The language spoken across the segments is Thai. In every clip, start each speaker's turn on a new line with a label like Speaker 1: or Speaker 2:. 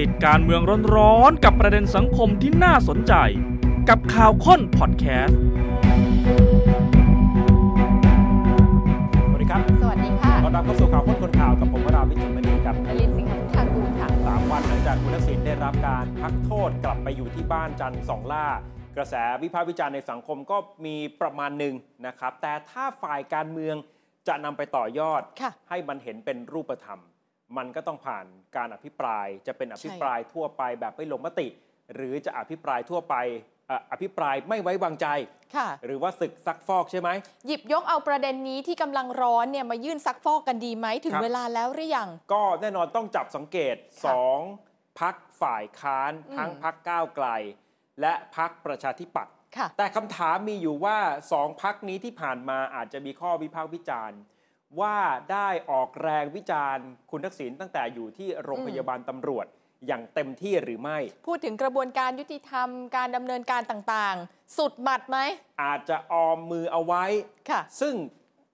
Speaker 1: ติดการเมืองร้อนๆกับประเด็นสังคมที่น่าสนใจ กับข่าวค้นพอดแคสต์
Speaker 2: สวัสดีครับ
Speaker 3: สวัสดีค่ะ
Speaker 2: ตอนรับเข้าสู่ข่าวค้นคนข่าวกับผมวราวิจิตรมณีครับ
Speaker 3: นลินสิงห์พุทธากูลค่ะ
Speaker 2: สามวันหลังจากคุณทักษิณได้รับการพักโทษกลับไปอยู่ที่บ้านจันทร์สองล่า กระแสวิพากษ์วิจารณ์ในสังคมก็มีประมาณหนึ่งนะครับ แต่ถ้าฝ่ายการเมืองจะนำไปต่อยอด
Speaker 3: ค่ะ
Speaker 2: ให้มันเห็นเป็นรูปธรรม มันก็ต้องผ่านการอภิปราย จะเป็นอภิปรายทั่วไปแบบไม่ลงมติ หรือจะอภิปรายทั่วไปเอ่ออภิปรายไม่ไว้วางใจ
Speaker 3: ค่ะ
Speaker 2: หรือว่าศึกซักฟอกใช่ไหม
Speaker 3: หยิบยกเอาประเด็นนี้ที่กำลังร้อนเนี่ยมายื่นซักฟอกกันดีไหมถึง
Speaker 2: ครับ
Speaker 3: เวลาแล้วหรือยัง
Speaker 2: ก็แน่นอนต้องจับสังเกต
Speaker 3: ค่ะ
Speaker 2: 2 พักฝ่ายค้าน
Speaker 3: อืม
Speaker 2: ทั้งพักก้าวไกล และพักประชาธิปัตย์
Speaker 3: ค่ะ
Speaker 2: แต่คำถามมีอยู่ว่า 2 พักนี้ที่ผ่านมาอาจจะมีข้อวิพากษ์วิจารณ์ ว่าได้ออกแรงวิจารณ์ คุณทักษิณตั้งแต่อยู่ที่โรง
Speaker 3: อืม
Speaker 2: พยาบาลตำรวจอย่างเต็มที่หรือไม่
Speaker 3: พูดถึงกระบวนการยุติธรรมการดำเนินการต่างๆ สุดหมัดไหม
Speaker 2: อาจจะออมมือเอาไว้
Speaker 3: ค่ะ
Speaker 2: ซึ่ง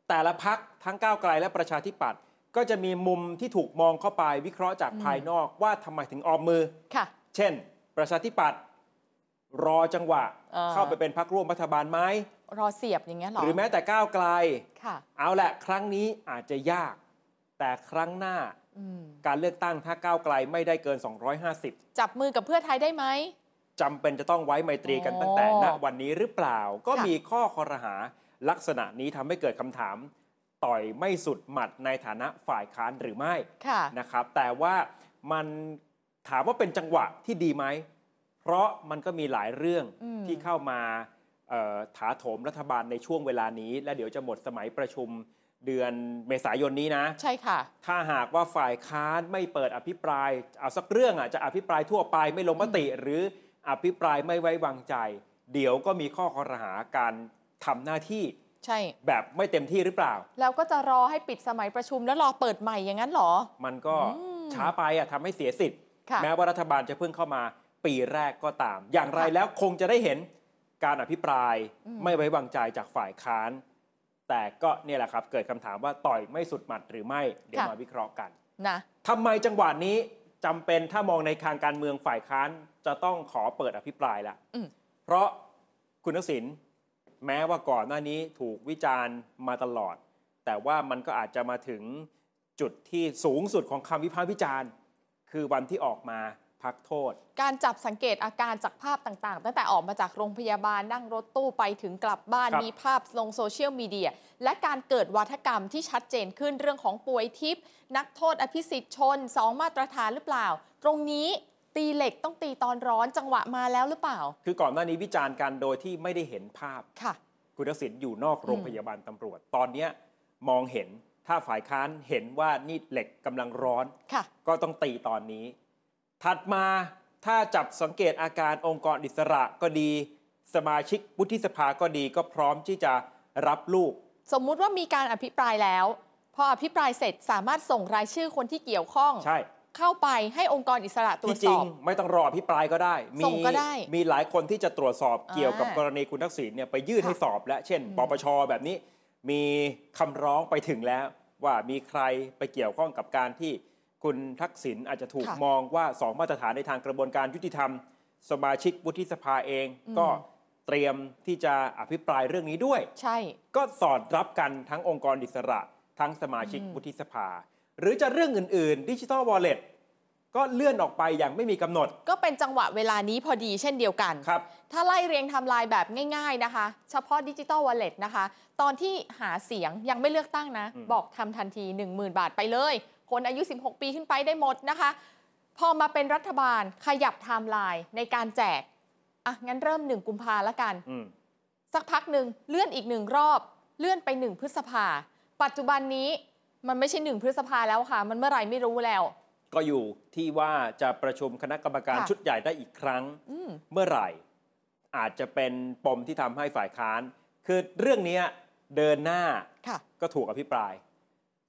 Speaker 2: แต่ละพักทั้งก้าวไกลและประชาธิปัตย์ก็จะมีมุมที่ถูกมองเข้าไปวิเคราะห์จากภายนอกว่าทำไมถึงออมมือ
Speaker 3: ค่ะ
Speaker 2: เช่น ประชาธิปัตย์รอจังหวะ
Speaker 3: เออ
Speaker 2: เข้าไปเป็นพักร่วมรัฐบาลไหม
Speaker 3: รอเสียบอย่างเงี้ยเหรอ
Speaker 2: หรือแม้แต่ก้าวไกล
Speaker 3: ค่ะ
Speaker 2: เอาแหละครั้งนี้อาจจะยาก แต่ครั้งหน้า
Speaker 3: อืม
Speaker 2: การเลือกตั้งถ้าก้าวไกลไม่ได้เกิน 250
Speaker 3: จับมือกับเพื่อไทยได้ไหม
Speaker 2: จำเป็นจะต้องไว้ไมตรีกัน
Speaker 3: โอ้
Speaker 2: ตั้งแต่ณวันนี้หรือเปล่า ก็
Speaker 3: ค่ะ
Speaker 2: มีข้อคอรหาลักษณะนี้ทำให้เกิดคำถาม ต่อยไม่สุดหมัดในฐานะฝ่ายค้านหรือไม่
Speaker 3: ค่ะ
Speaker 2: นะครับแต่ว่ามันถามว่าเป็นจังหวะที่ดีไหม เพราะมันก็มีหลายเรื่อง
Speaker 3: อืม
Speaker 2: ที่เข้ามาเอ่อถาโถมรัฐบาลในช่วงเวลานี้ และเดี๋ยวจะหมดสมัยประชุมเดือนเมษายนนี้นะ
Speaker 3: ใช่ค่ะ
Speaker 2: ถ้าหากว่าฝ่ายค้านไม่เปิดอภิปรายเอาสักเรื่องอ่ะจะอภิปรายทั่วไปไม่ลงมติ หรืออภิปรายไม่ไว้วางใจ เดี๋ยวก็มีข้อคอรหาการทำหน้าที่
Speaker 3: ใช่
Speaker 2: แบบไม่เต็มที่หรือเปล่า
Speaker 3: แล้วก็จะรอให้ปิดสมัยประชุมแล้วรอเปิดใหม่อย่างนั้นเหรอ
Speaker 2: มันก็
Speaker 3: อืม
Speaker 2: ช้าไปอะทำให้เสียสิทธิ์
Speaker 3: ค่ะ
Speaker 2: แม้ว่ารัฐบาลจะเพิ่งเข้ามาปีแรกก็ตาม อย่างไร
Speaker 3: ค่ะ
Speaker 2: แล้วคงจะได้เห็นการอภิปราย
Speaker 3: อืม
Speaker 2: ไม่ไว้วางใจจากฝ่ายค้าน แต่ก็เนี่ยแหละครับ เกิดคำถามว่าต่อยไม่สุดหมัดหรือไม่ เดี๋ยวมาวิเคราะห์กัน
Speaker 3: นะ
Speaker 2: ทำไมจังหวะนี้จำเป็นถ้ามองในทางการเมืองฝ่ายค้านจะต้องขอเปิดอภิปรายละ
Speaker 3: อืม
Speaker 2: เพราะคุณทักษิณแม้ว่าก่อนหน้านี้ถูกวิจารณ์มาตลอด แต่ว่ามันก็อาจจะมาถึงจุดที่สูงสุดของคำวิพากษ์วิจารณ์ คือวันที่ออกมาพักโทษ
Speaker 3: การจับสังเกตอาการจากภาพต่างๆ ตั้งแต่ออกมาจากโรงพยาบาลนั่งรถตู้ไปถึงกลับบ้าน
Speaker 2: ครับ
Speaker 3: มีภาพลงโซเชียลมีเดีย และการเกิดวัฒกรรมที่ชัดเจนขึ้นเรื่องของป่วยทิพย์นักโทษอภิสิทธิ์ชนสองมาตรฐานหรือเปล่า ตรงนี้ตีเหล็กต้องตีตอนร้อนจังหวะมาแล้วหรือเปล่า
Speaker 2: คือก่อนหน้านี้วิจารณ์กันโดยที่ไม่ได้เห็นภาพ
Speaker 3: ค่ะ
Speaker 2: คุณทักษิณอยู่นอกโรง
Speaker 3: อืม
Speaker 2: พยาบาลตำรวจ ตอนเนี้ยมองเห็นถ้าฝ่ายค้านเห็นว่านี่เหล็กกำลังร้อน
Speaker 3: ค่ะ
Speaker 2: ก็ต้องตีตอนนี้ ถัดมาถ้าจับสังเกตอาการองค์กรอิสระก็ดี สมาชิกวุฒิสภาก็ดีก็พร้อมที่จะรับลูก
Speaker 3: สมมุติว่ามีการอภิปรายแล้ว พออภิปรายเสร็จสามารถส่งรายชื่อคนที่เกี่ยวข้อง
Speaker 2: ใช่
Speaker 3: เข้าไปให้องค์กรอิสระตรว
Speaker 2: ที่
Speaker 3: จ
Speaker 2: จ
Speaker 3: ส
Speaker 2: ริ
Speaker 3: อง บ
Speaker 2: ไม่ต้องรออภิปรายก็ได้ มี
Speaker 3: ส่งก็ได้
Speaker 2: มีหลายคนที่จะตรวจสอบ
Speaker 3: อ่า
Speaker 2: เกี่ยวกับกรณีคุณทักษิณเนี่ยไปยื่น
Speaker 3: ค่ะ
Speaker 2: ให้สอบแล้ว เช่น
Speaker 3: อืม
Speaker 2: ปปชแบบนี้ มีคำร้องไปถึงแล้ว ว่ามีใครไปเกี่ยวข้องกับการที่คุณทักษิณอาจจะถูกมองว่าสองมาตรฐานในทางกระบวนการยุติธรรม สมาชิกวุฒิสภาเอง ก็เตรียมที่จะอภิปรายเรื่องนี้ด้วย
Speaker 3: ใช่
Speaker 2: ก็สอดรับกันทั้งองค์กรอิสระ ทั้งสมาชิกวุฒิสภา หรือจะเรื่องอื่น ๆ ดิจิ t a ลวอลเล็ตก็เลื่อนออกไปอย่างไม่มีกำหนด
Speaker 3: ก็เป็นจังหวะเวลานี้พอดีเช่นเดียวกัน
Speaker 2: ครับ
Speaker 3: ถ้าไล่เรียงไทำลายแบบง่าย ๆนะคะ เฉพาะดิจิ t a ลวอลเล็ตนะคะ ตอนที่หาเสียงยังไม่เลือกตั้งนะ
Speaker 2: อืม
Speaker 3: บอกทำทันที 10,000 บาทไปเลย คนอายุ 16 ปีขึ้นไปได้หมดนะคะ พอมาเป็นรัฐบาลขยับไทม์ไลน์ในการแจก อ่ะ งั้นเริ่ม 1 กุมภาละกัน
Speaker 2: อืม
Speaker 3: สักพักหนึ่งเลื่อนอีกหนึ่งรอบ เลื่อนไปหนึ่งพฤษภา ปัจจุบันนี้มันไม่ใช่หนึ่งพฤษภาแล้วค่ะ มันเมื่อไหร่ไม่รู้แล้ว
Speaker 2: ก็อยู่ที่ว่าจะประชุมคณะกรรมการ
Speaker 3: ค่ะ
Speaker 2: ชุดใหญ่ได้อีกครั้ง
Speaker 3: อืม
Speaker 2: เมื่อไหร่ อาจจะเป็นปมที่ทำให้ฝ่ายค้าน คือเรื่องเนี้ยเดินหน้า
Speaker 3: ค่ะ
Speaker 2: ก็ถูกอภิปราย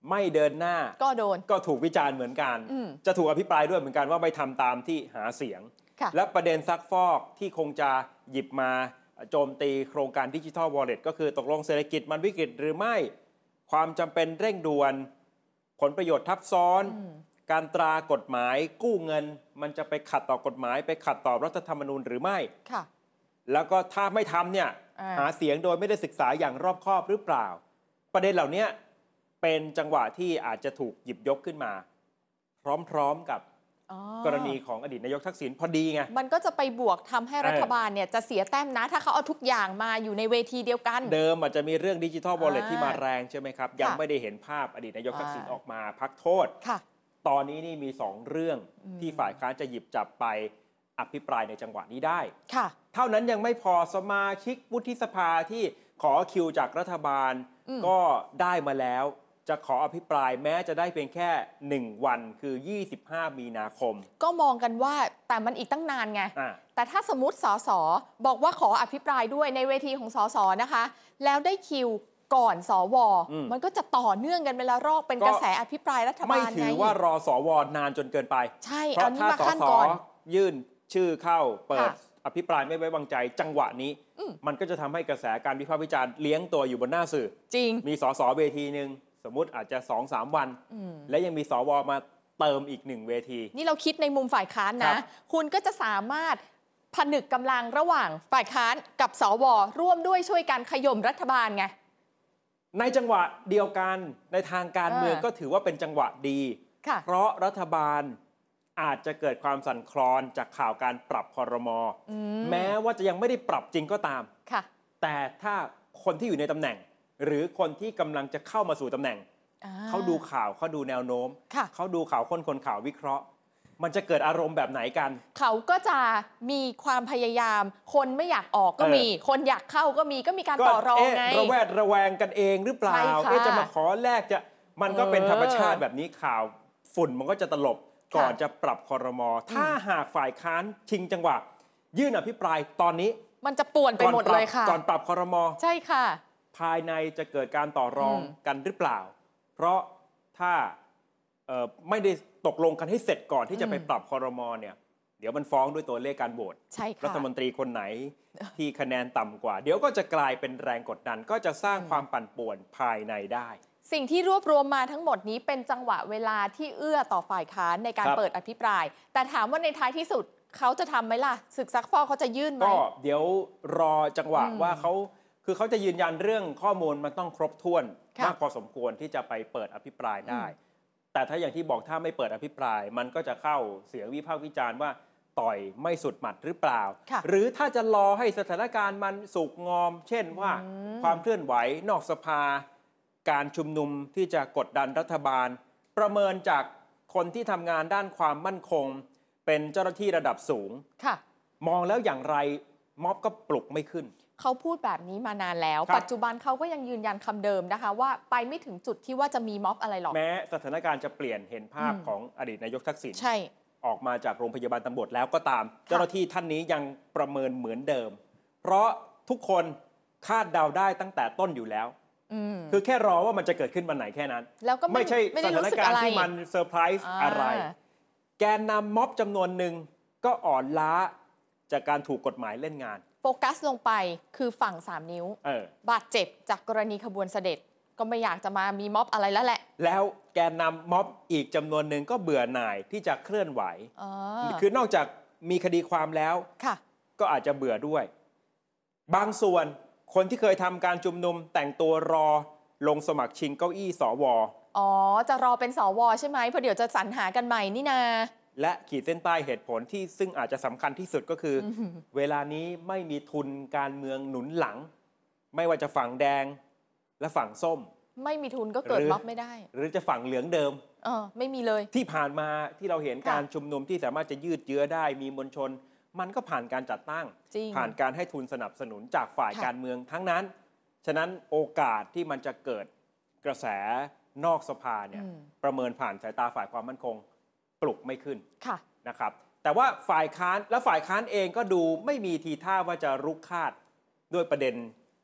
Speaker 2: ไม่เดินหน้า
Speaker 3: ก็โดน
Speaker 2: ก็ถูกวิจารณ์เหมือนกัน
Speaker 3: อืม
Speaker 2: จะถูกอภิปรายด้วยเหมือนกันว่าไม่ทำตามที่หาเสียง
Speaker 3: ค่ะ
Speaker 2: และประเด็นซักฟอกที่คงจะหยิบมาโจมตีโครงการดิจิทัลวอลเล็ตก็คือตกลงเศรษฐกิจมันวิกฤตหรือไม่ ความจำเป็นเร่งด่วน ผลประโยชน์ทับซ้อน
Speaker 3: อืม
Speaker 2: การตรากฎหมายกู้เงิน มันจะไปขัดต่อกฎหมาย ไปขัดต่อรัฐธรรมนูญหรือไม่
Speaker 3: ค่ะ
Speaker 2: แล้วก็ถ้าไม่ทำเนี่ย
Speaker 3: อ่า
Speaker 2: หาเสียงโดยไม่ได้ศึกษาอย่างรอบคอบหรือเปล่า ประเด็นเหล่านี้เป็นจังหวะที่อาจจะถูกหยิบยกขึ้นมา พร้อมๆกับ
Speaker 3: อ๋อก
Speaker 2: รณีของอดีตนายกทักษิณพอดีไง
Speaker 3: มันก็จะไปบวกทำให้รัฐบาลเนี่ยจะเสียแต้มนะ ถ้าเขาเอาทุกอย่างมาอยู่ในเวทีเดียวกัน
Speaker 2: เดิมอาจจะมีเรื่องดิจิทัล w อลเล็ต
Speaker 3: อ่า
Speaker 2: ที่มาแรงใช่ไหมครับ ยัง
Speaker 3: ค่ะ
Speaker 2: ไม่ได้เห็นภาพอดีตนายกทักษิณ
Speaker 3: อ่า
Speaker 2: ออกมาพักโทษ
Speaker 3: ค่ะ
Speaker 2: ตอนนี้นี่มี 2 เรื่อง
Speaker 3: อืม
Speaker 2: ที่ฝ่ายค้านจะหยิบจับไปอภิปรายในจังหวะนี้ได้
Speaker 3: ค่ะ
Speaker 2: เท่านั้นยังไม่พอสมาชิกวุฒิสภาที่ขอคิวจากรัฐบาล
Speaker 3: อืม
Speaker 2: ก็ได้มาแล้ว จะขออภิปรายแม้จะได้เพียงแค่ 1 วันคือ 25 มีนาคม
Speaker 3: ก็มองกันว่าแต่มันอีกตั้งนานไง
Speaker 2: อ่ะ
Speaker 3: แต่ถ้าสมมติสสบอกว่าขออภิปรายด้วยในเวทีของสสนะคะ แล้วได้คิวก่อนสวมันก็จะต่อเนื่องกันเป็นละรอกเป็นกระแสอภิปรายรัฐ
Speaker 2: ไม่
Speaker 3: บาล
Speaker 2: ถื
Speaker 3: ไง
Speaker 2: อว่ารอสวนานจนเกินไป
Speaker 3: ใช่
Speaker 2: เพ
Speaker 3: เอา
Speaker 2: ราะ
Speaker 3: นี้
Speaker 2: ถ้า
Speaker 3: มา
Speaker 2: ส
Speaker 3: ขั้น
Speaker 2: ส
Speaker 3: ก่อน
Speaker 2: ยื่นชื่อเข้าเปิด
Speaker 3: ค่ะ
Speaker 2: อภิปรายไม่ไว้วางใจจังหวะนี้
Speaker 3: อืม
Speaker 2: มันก็จะทำให้กระแสการวิพากษ์วิจารณ์เลี้ยงตัวอยู่บนหน้าสื่อ
Speaker 3: จริง
Speaker 2: มีสสเวทีหนึ่งสมมุติอาจจะ2อสวัน
Speaker 3: อืม
Speaker 2: และยังมีสวมาเติมอีกหนึ่งเวที
Speaker 3: นี่เราคิดในมุมฝ่ายค้าน
Speaker 2: ครั
Speaker 3: นะ
Speaker 2: บ
Speaker 3: คุณก็จะสามารถผนึกกำลังระหว่างฝ่ายค้านกับสวร่วมด้วยช่วยกันขย่มรัฐบาลไง
Speaker 2: ในจังหวะเดียวกันในทางการเมือง
Speaker 3: อ่า
Speaker 2: ก็ถือว่าเป็นจังหวะดี
Speaker 3: ค่ะ
Speaker 2: เพราะรัฐบาลอาจจะเกิดความสั่นคลอนจากข่าวการปรับคอรมอ
Speaker 3: อืม
Speaker 2: แม้ว่าจะยังไม่ได้ปรับจริงก็ตาม
Speaker 3: ค่ะ
Speaker 2: แต่ถ้าคนที่อยู่ในตำแหน่ง หรือคนที่กำลังจะเข้ามาสู่ตำแหน่ง
Speaker 3: อ่
Speaker 2: เขาดูข่าวเขาดูแนวโน้ม
Speaker 3: ค่ะ
Speaker 2: เขาดูข่าวคนคนข่าววิเคราะห์ มันจะเกิดอารมณ์แบบไหนกัน
Speaker 3: เขาก็จะมีความพยายาม คนไม่อยากออกก็
Speaker 2: เออ
Speaker 3: มี คนอยากเข้าก็มีก็มีการต่อรอง
Speaker 2: เอ๊ะ
Speaker 3: ไง
Speaker 2: ระแวดระแวงกันเองหรือเปล่า
Speaker 3: ใช่ค่ะ
Speaker 2: เอ๊ะจะมาขอแลกจะมันก็เป็น
Speaker 3: เออ
Speaker 2: ธรรมชาติแบบนี้ข่าวฝุ่นมันก็จะตลบ
Speaker 3: ค่ะ
Speaker 2: ก่อนจะปรับคอรมอถ้าหากฝ่ายค้านชิงจังหวะ ยื่นอภิปรายตอนนี้
Speaker 3: มันจะป่วนไป
Speaker 2: ก่อน
Speaker 3: หมด
Speaker 2: ปรั
Speaker 3: เลยค่ะ
Speaker 2: ก่อนปรับคอรมอ
Speaker 3: ใช่ค่ะ
Speaker 2: ภายในจะเกิดการต่อรอง
Speaker 3: อืม
Speaker 2: กันหรือเปล่า เพราะถ้าเอ่อไม่ได้ตกลงกันให้เสร็จก่อนที่จะไปปรับคอรมอเนี่ย เดี๋ยวมันฟ้องด้วยตัวเลขการโหวต
Speaker 3: ใช่ค่ะ
Speaker 2: รัฐมนตรีคนไหนที่คะแนนต่ำกว่า เดี๋ยวก็จะกลายเป็นแรงกดดัน ก็จะสร้างความปั่นป่วนภายในได้
Speaker 3: สิ่งที่รวบรวมมาทั้งหมดนี้เป็นจังหวะเวลาที่เอื้อต่อฝ่ายค้านในการ
Speaker 2: ครับ
Speaker 3: เปิดอภิปราย แต่ถามว่าในท้ายที่สุดเขาจะทำไหมล่ะศึกซักฟอกเขาจะยื่นไหม
Speaker 2: ก็เดี๋ยวรอจังหวะ
Speaker 3: อืม
Speaker 2: ว่าเขาคือเขาจะยืนยันเรื่องข้อมูลมันต้องครบถ้วน
Speaker 3: ค่ะ
Speaker 2: มากพอสมควรที่จะไปเปิดอภิปรายได้
Speaker 3: อืม
Speaker 2: แต่ถ้าอย่างที่บอกถ้าไม่เปิดอภิปราย มันก็จะเข้าเสียงวิพากษ์วิจารณ์ว่าต่อยไม่สุดหมัดหรือเปล่า
Speaker 3: ค่ะ
Speaker 2: หรือถ้าจะรอให้สถานการณ์มันสุกงอม เช่นว่า
Speaker 3: อืม
Speaker 2: ความเคลื่อนไหวนอกสภา การชุมนุมที่จะกดดันรัฐบาล ประเมินจากคนที่ทำงานด้านความมั่นคง เป็นเจ้าหน้าที่ระดับสูง
Speaker 3: ค่ะ
Speaker 2: มองแล้วอย่างไรม็อบก็ปลุกไม่ขึ้น
Speaker 3: เขาพูดแบบนี้มานานแล้ว
Speaker 2: ครับ
Speaker 3: ปัจจุบันเขาก็ยังยืนยันคำเดิมนะคะ ว่าไปไม่ถึงจุดที่ว่าจะมีม็อบอะไรหรอก
Speaker 2: แม้สถานการณ์จะเปลี่ยนเห็นภาพ
Speaker 3: อืม
Speaker 2: ของอดีตนายกทักษิณ
Speaker 3: ใช่
Speaker 2: ออกมาจากโรงพยาบาลตำรวจแล้วก็ตาม เจ้าหน้าที่ท่านนี้ยังประเมินเหมือนเดิม เพราะทุกคนคาดเดาได้ตั้งแต่ต้นอยู่แล้ว
Speaker 3: อืม
Speaker 2: คือแค่รอว่ามันจะเกิดขึ้นวันไหนแค่นั้น
Speaker 3: แล้วก็ไม่
Speaker 2: ไม่ใช่
Speaker 3: ไม่
Speaker 2: ส
Speaker 3: ได้
Speaker 2: ถา
Speaker 3: รู้
Speaker 2: น
Speaker 3: สึก
Speaker 2: การ
Speaker 3: อะ
Speaker 2: ณ์
Speaker 3: ไร
Speaker 2: ที่มันเซอร์ไพรส์
Speaker 3: อ่า
Speaker 2: อะไร แกนนำม็อบจำนวนหนึ่งก็อ่อนล้าจากการถูกกฎหมายเล่นงาน
Speaker 3: โฟกัสลงไปคือฝั่ง 3 นิ้ว
Speaker 2: เออบ
Speaker 3: าดเจ็บจากกรณีขบวนเสด็จ ก็ไม่อยากจะมามีม็อบอะไรแล้วแหละ
Speaker 2: แล้วแกนนำม็อบอีกจำนวนหนึ่งก็เบื่อหน่ายที่จะเคลื่อนไหว
Speaker 3: อ๋อ
Speaker 2: คือนอกจากมีคดีความแล้ว
Speaker 3: ค่ะ
Speaker 2: ก็อาจจะเบื่อด้วย บางส่วนคนที่เคยทำการชุมนุมแต่งตัวรอลงสมัครชิงเก้าอี้สว
Speaker 3: อ๋อ จะรอเป็นสวใช่ไหมเพราะเดี๋ยวจะสรรหากันใหม่นี่นา
Speaker 2: และขีดเส้นใต้เหตุผลที่ซึ่งอาจจะสำคัญที่สุดก็คืออ
Speaker 3: อหือ
Speaker 2: เวลานี้ไม่มีทุนการเมืองหนุนหลัง ไม่ว่าจะฝั่งแดงและฝั่งส้ม
Speaker 3: ไม่มีทุนก็เกิด
Speaker 2: หรือ
Speaker 3: ม็อบไม่ได้
Speaker 2: หรือจะฝั่งเหลืองเดิม
Speaker 3: เออไม่มีเลย
Speaker 2: ที่ผ่านมาที่เราเห็น
Speaker 3: ค่ะ
Speaker 2: การชุมนุมที่สามารถจะยืดเยื้อได้มีมวลชน มันก็ผ่านการจัดตั้ง
Speaker 3: จริง
Speaker 2: ผ่านการให้ทุนสนับสนุนจากฝ่าย
Speaker 3: ค่ะ
Speaker 2: การเมืองทั้งนั้น ฉะนั้นโอกาสที่มันจะเกิดกระแสนอกสภาเนี่ย
Speaker 3: อืม
Speaker 2: ประเมินผ่านสายตาฝ่ายความมั่นคงปลุกไม่ขึ้น
Speaker 3: ค่ะ
Speaker 2: นะครับ แต่ว่าฝ่ายค้านและฝ่ายค้านเองก็ดูไม่มีทีท่าว่าจะรุกคาดด้วยประเด็น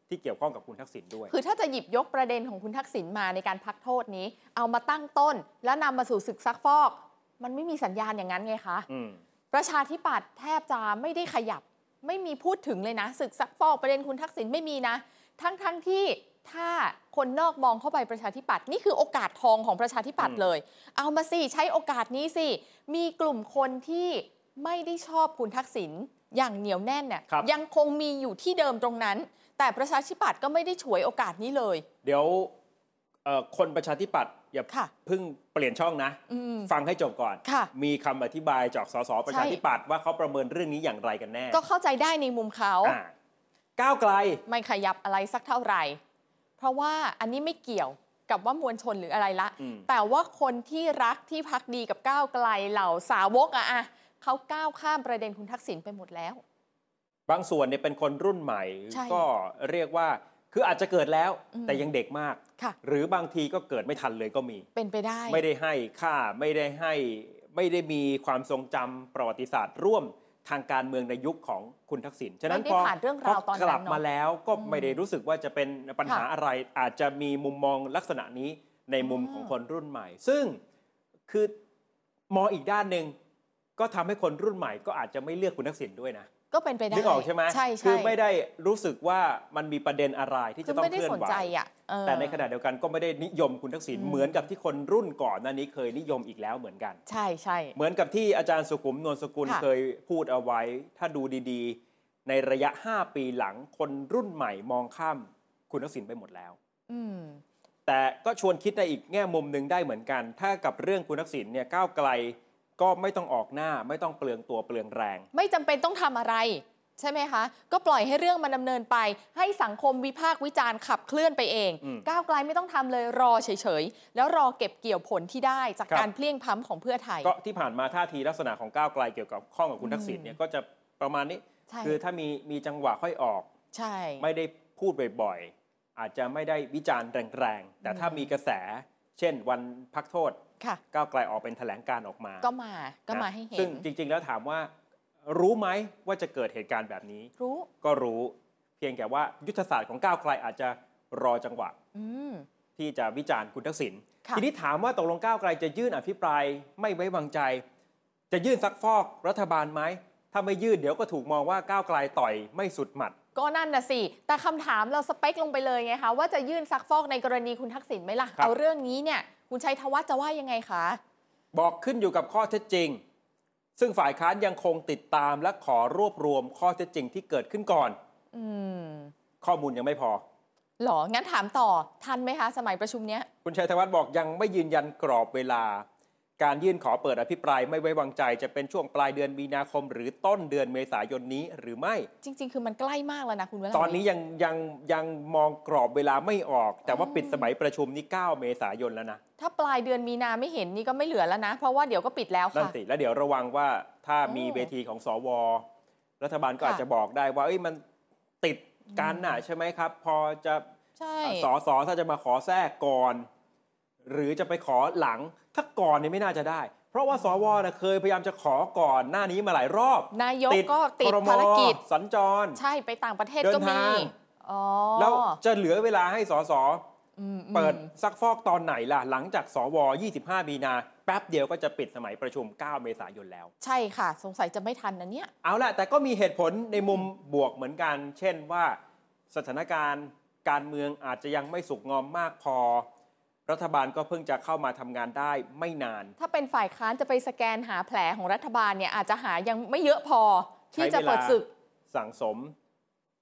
Speaker 2: ที่เกี่ยวข้องกับคุณทักษิณด้วย
Speaker 3: คือถ้าจะหยิบยกประเด็นของคุณทักษิณมาในการพักโทษนี้ เอามาตั้งต้น แล้วนำมาสู่ศึกซักฟอก มันไม่มีสัญญาณอย่างนั้นไงคะ
Speaker 2: อืม
Speaker 3: ประชาธิปัตย์แทบจะไม่ได้ขยับ ไม่มีพูดถึงเลยนะศึกซักฟอกประเด็นคุณทักษิณไม่มีนะ ทั้งทั้งๆที่ ถ้าคนนอกมองเข้าไปประชาธิปัตย์นี่คือโอกาสทองของประชาธิปัตย์เลย เอามาสิใช้โอกาสนี้สิ มีกลุ่มคนที่ไม่ได้ชอบคุณทักษิณอย่างเหนียวแน่นเนี่ย
Speaker 2: ครับ
Speaker 3: ยังคงมีอยู่ที่เดิมตรงนั้น แต่ประชาธิปัตย์ก็ไม่ได้ฉวยโอกาสนี้เลย
Speaker 2: เดี๋ยวเอ่อคนประชาธิปัตย์อย่า
Speaker 3: ค่ะ
Speaker 2: เพิ่งเปลี่ยนช่องนะ
Speaker 3: อืม
Speaker 2: ฟังให้จบก่อน
Speaker 3: ค่ะ
Speaker 2: มีคำอธิบายจากสสประชาธิปัตย์ว่าเขาประเมินเรื่องนี้อย่างไรกันแน่
Speaker 3: ก็เข้าใจได้ในมุมเขา
Speaker 2: อ่าก้าวไกล
Speaker 3: ไม่ขยับอะไรสักเท่าไหร่ เพราะว่าอันนี้ไม่เกี่ยวกับว่ามวลชนหรืออะไรละ
Speaker 2: อืม
Speaker 3: แต่ว่าคนที่รักที่พักดีกับก้าวไกลเหล่าสาวกอะอะเขาก้าวข้ามประเด็นคุณทักษิณไปหมดแล้ว
Speaker 2: บางส่วนเนี่ยเป็นคนรุ่นใหม่
Speaker 3: ใช่
Speaker 2: ก็เรียกว่าคืออาจจะเกิดแล้ว
Speaker 3: อืม
Speaker 2: แต่ยังเด็กมาก
Speaker 3: ค่ะ
Speaker 2: หรือบางทีก็เกิดไม่ทันเลยก็มี
Speaker 3: เป็นไปได้
Speaker 2: ไม่ได้ให้ค่าไม่ได้ให้ไม่ได้มีความทรงจำประวัติศาสตร์ร่วมทางการเมืองในยุคของคุณทักษิณฉะนั้น
Speaker 3: ไม่ได้
Speaker 2: พอ
Speaker 3: ผ่านเรื่อง
Speaker 2: พอ
Speaker 3: ราวตอน
Speaker 2: ก
Speaker 3: นั้
Speaker 2: ลับ
Speaker 3: น
Speaker 2: มา
Speaker 3: เนาะ
Speaker 2: แล้วก็
Speaker 3: อืม
Speaker 2: ไม่ได้รู้สึกว่าจะเป็นปัญหา
Speaker 3: ค่ะ
Speaker 2: อะไร อาจจะมีมุมมองลักษณะนี้ในมุม
Speaker 3: อ๋อ
Speaker 2: ของคนรุ่นใหม่ ซึ่งคือมองอีกด้านหนึ่งก็ทำให้คนรุ่นใหม่ก็อาจจะไม่เลือกคุณทักษิณด้วยนะ
Speaker 3: ก็เป็นไปได้
Speaker 2: นึกออกใช่ไหม
Speaker 3: ใช่ใช่
Speaker 2: คือไม่ได้รู้สึกว่ามันมีประเด็นอะไรที่
Speaker 3: คื
Speaker 2: จะ
Speaker 3: อ
Speaker 2: ต้อง
Speaker 3: ไม่ได้
Speaker 2: เคลื่อน
Speaker 3: สน
Speaker 2: ไหว
Speaker 3: ใจอะเออ
Speaker 2: แต่ในขณะเดียวกันก็ไม่ได้นิยมคุณทักษิณ
Speaker 3: อืม
Speaker 2: เหมือนกับที่คนรุ่นก่อนหน้านี้เคยนิยมอีกแล้วเหมือนกัน
Speaker 3: ใช่ใช่
Speaker 2: เหมือนกับที่อาจารย์สุขุมนวลสกุล
Speaker 3: ค่ะ
Speaker 2: เคยพูดเอาไว้ ถ้าดูดีๆ ในระยะ 5 ปีหลังคนรุ่นใหม่มองข้ามคุณทักษิณไปหมดแล้ว
Speaker 3: อืม
Speaker 2: แต่ก็ชวนคิดในอีกแง่มุมหนึ่งได้เหมือนกัน ถ้ากับเรื่องคุณทักษิณเนี่ยก้าวไกลก็ไม่ต้องออกหน้าไม่ต้องเปลืองตัวเปลืองแรง
Speaker 3: ไม่จำเป็นต้องทำอะไร ใช่ไหมคะ ก็ปล่อยให้เรื่องมันดำเนินไป ให้สังคมวิพากษ์วิจารณ์ขับเคลื่อนไปเอง
Speaker 2: อืม
Speaker 3: ก้าวไกลไม่ต้องทำเลยรอเฉยๆ แล้วรอเก็บเกี่ยวผลที่ได้จาก
Speaker 2: ครับ
Speaker 3: การเพลี่ยงพล้ำของเพื่อไทย
Speaker 2: ก็ที่ผ่านมาท่าทีลักษณะของก้าวไกลเกี่ยวกับข้องกับคุณทักษิณเนี่ยก็จะประมาณนี้
Speaker 3: ใช่
Speaker 2: คือถ้ามีมีจังหวะค่อยออก
Speaker 3: ใช่
Speaker 2: ไม่ได้พูดบ่อยๆ อาจจะไม่ได้วิจารณ์แรงๆ แต่ถ้ามีกระแส เช่นวันพักโทษ
Speaker 3: ค่ะ
Speaker 2: ก้าวไกลออกเป็นแถลงการณ์ออกมา
Speaker 3: ก็มา ก็มา
Speaker 2: ะ
Speaker 3: ให้เห็
Speaker 2: ซึ่
Speaker 3: น
Speaker 2: งจริงๆ แล้วถามว่า รู้ไหมว่าจะเกิดเหตุการณ์แบบนี้
Speaker 3: รู้
Speaker 2: ก็รู้ เพียงแต่ว่ายุทธศาสตร์ของก้าวไกลอาจจะรอจังหวะ
Speaker 3: อืม
Speaker 2: ที่จะวิจารณ์คุณทักษิณ
Speaker 3: ค่ะ
Speaker 2: ทีนี้ถามว่าตกลงก้าวไกลจะยื่นอภิปรายไม่ไว้วางใจ จะยื่นซักฟอกรัฐบาลไหม ถ้าไม่ยื่นเดี๋ยวก็ถูกมองว่าก้าวไกลต่อยไม่สุดหมัด
Speaker 3: ก็นั่นนะสิ แต่คำถามเราสเปคลงไปเลยไงคะ ว่าจะยื่นซักฟอกในกรณีคุณทักษิณไหมล่ะ
Speaker 2: ครับ
Speaker 3: เอาเรื่องนี้เนี่ย คุณชัยธวัฒน์จะว่ายังไงคะ
Speaker 2: บอกขึ้นอยู่กับข้อเท็จจริง ซึ่งฝ่ายค้านยังคงติดตามและขอรวบรวมข้อเท็จจริงที่เกิดขึ้นก่อน
Speaker 3: อืม
Speaker 2: ข้อมูลยังไม่พอ
Speaker 3: หรอ งั้นถามต่อ ทันไหมคะ สมัยประชุมเนี้ย
Speaker 2: คุณชัยธวัฒน์บอกยังไม่ยืนยันกรอบเวลา การยื่นขอเปิดอภิปรายไม่ไว้วางใจ จะเป็นช่วงปลายเดือนมีนาคม หรือต้นเดือนเมษายนนี้หรือไม่
Speaker 3: จริง ๆ คือมันใกล้มากแล้วนะคุณวรา
Speaker 2: ตอน
Speaker 3: วิ
Speaker 2: นี้ยังยังยังมองกรอบเวลาไม่ออก แต่ว่า
Speaker 3: อ๋อ
Speaker 2: ปิดสมัยประชุมนี้9เมษายนแล้วนะ
Speaker 3: ถ้าปลายเดือนมีนาไม่เห็นนี่ก็ไม่เหลือแล้วนะ เพราะว่าเดี๋ยวก็ปิดแล้ว
Speaker 2: นั่น
Speaker 3: ค่ะ
Speaker 2: สิแล้วเดี๋ยวระวังว่าถ้ามี
Speaker 3: โอ้
Speaker 2: เวทีของสว รัฐบาลก็
Speaker 3: ค่ะ
Speaker 2: อาจจะบอกได้ว่าเอ้ยมันติดการน่ะใช่ไหมครับ พอจะ
Speaker 3: ใช่
Speaker 2: สอสอถ้าจะมาขอแทรกก่อน หรือจะไปขอหลัง ถ้าก่อนเนี่ยไม่น่าจะได้ เพราะว่าสวนะเคยพยายามจะขอก่อนหน้านี้มาหลายรอบ
Speaker 3: นายกก็ติด
Speaker 2: คอม
Speaker 3: ภารกิจ
Speaker 2: สัญจร
Speaker 3: ใช่ไปต่างประเทศ
Speaker 2: เดิน
Speaker 3: ก็มี
Speaker 2: ทาง
Speaker 3: อ๋อ
Speaker 2: แล้วจะเหลือเวลาให้สอสอ
Speaker 3: อืม
Speaker 2: เปิด
Speaker 3: อืม
Speaker 2: ซักฟอกตอนไหนล่ะ หลังจากสว 25 มีนา แป๊บเดียวก็จะปิดสมัยประชุม 9 เมษายนแล้ว
Speaker 3: ใช่ค่ะ สงสัยจะไม่ทันนะเนี่ย
Speaker 2: เอาล่ะ แต่ก็มีเหตุผลในมุมบวกเหมือนกัน เช่นว่าสถานการณ์การเมืองอาจจะยังไม่สุกงอมมากพอ รัฐบาลก็เพิ่งจะเข้ามาทำงานได้ไม่นาน
Speaker 3: ถ้าเป็นฝ่ายค้านจะไปสแกนหาแผลของรัฐบาลเนี่ยอาจจะหายังไม่เยอะพอที่จะเปิดศึก
Speaker 2: สั่งสม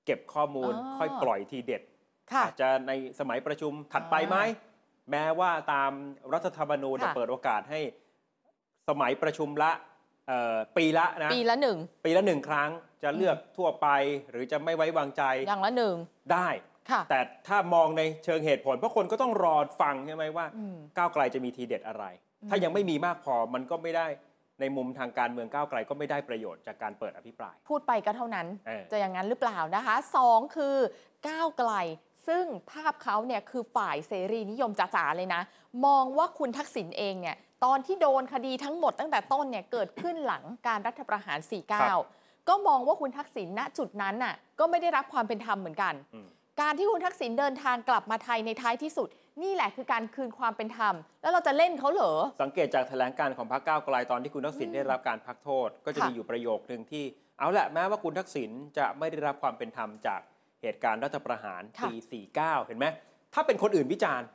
Speaker 2: เก็บข้อมูล
Speaker 3: อ๋อ
Speaker 2: ค่อยปล่อยทีเด็ด
Speaker 3: ค่ะ
Speaker 2: อาจจะในสมัยประชุมถัดไปไหม แม้ว่าตามรัฐธรรมนูญ
Speaker 3: ค่ะ
Speaker 2: จะเปิดโอกาสให้สมัยประชุมละเอ่อปีละนะ
Speaker 3: ปีละหนึ่ง
Speaker 2: ปีละหนึ่งครั้งจะเลือกทั่วไป หรือจะไม่ไว้วางใจ
Speaker 3: อย่างละหนึ่ง
Speaker 2: ได้
Speaker 3: ค่ะ
Speaker 2: แต่ถ้ามองในเชิงเหตุผล เพราะคนก็ต้องรอฟังใช่ไหมว่า
Speaker 3: อืม
Speaker 2: ก้าวไกลจะมีทีเด็ดอะไร
Speaker 3: อืม
Speaker 2: ถ้ายังไม่มีมากพอมันก็ไม่ได้ในมุมทางการเมืองก้าวไกลก็ไม่ได้ประโยชน์จากการเปิดอภิปราย
Speaker 3: พูดไปก็เท่านั้น
Speaker 2: เออ
Speaker 3: จะอย่างนั้นหรือเปล่านะคะสองคือก้าวไกล ซึ่งภาพเขาเนี่ยคือฝ่ายเสรีนิยมจ๋าๆเลยนะ มองว่าคุณทักษิณเองเนี่ย ตอนที่โดนคดีทั้งหมดตั้งแต่ต้นเนี่ย เกิดขึ้นหลังการรัฐประหาร 49 ก็มองว่าคุณทักษิณณจุดนั้นน่ะก็ไม่ได้รับความเป็นธรรมเหมือนกัน
Speaker 2: อืม
Speaker 3: การที่คุณทักษิณเดินทางกลับมาไทยในท้ายที่สุด นี่แหละคือการคืนความเป็นธรรม แล้วเราจะเล่นเขาเหรอ
Speaker 2: สังเกตจากแถลงการณ์ของพรรคก้าวไกลตอนที่คุณทักษิณ
Speaker 3: อืม
Speaker 2: ได้รับการพักโทษ ก็จะ
Speaker 3: ค่ะ
Speaker 2: มีอยู่ประโยคหนึ่งที่ เอาละแม้ว่าคุณทักษิณจะไม่ได้รับความเป็นธรรมจากเหตุการณ์รัฐประหารปี 49 เห็นไหม ถ้าเป็นคนอื่นวิจารณ์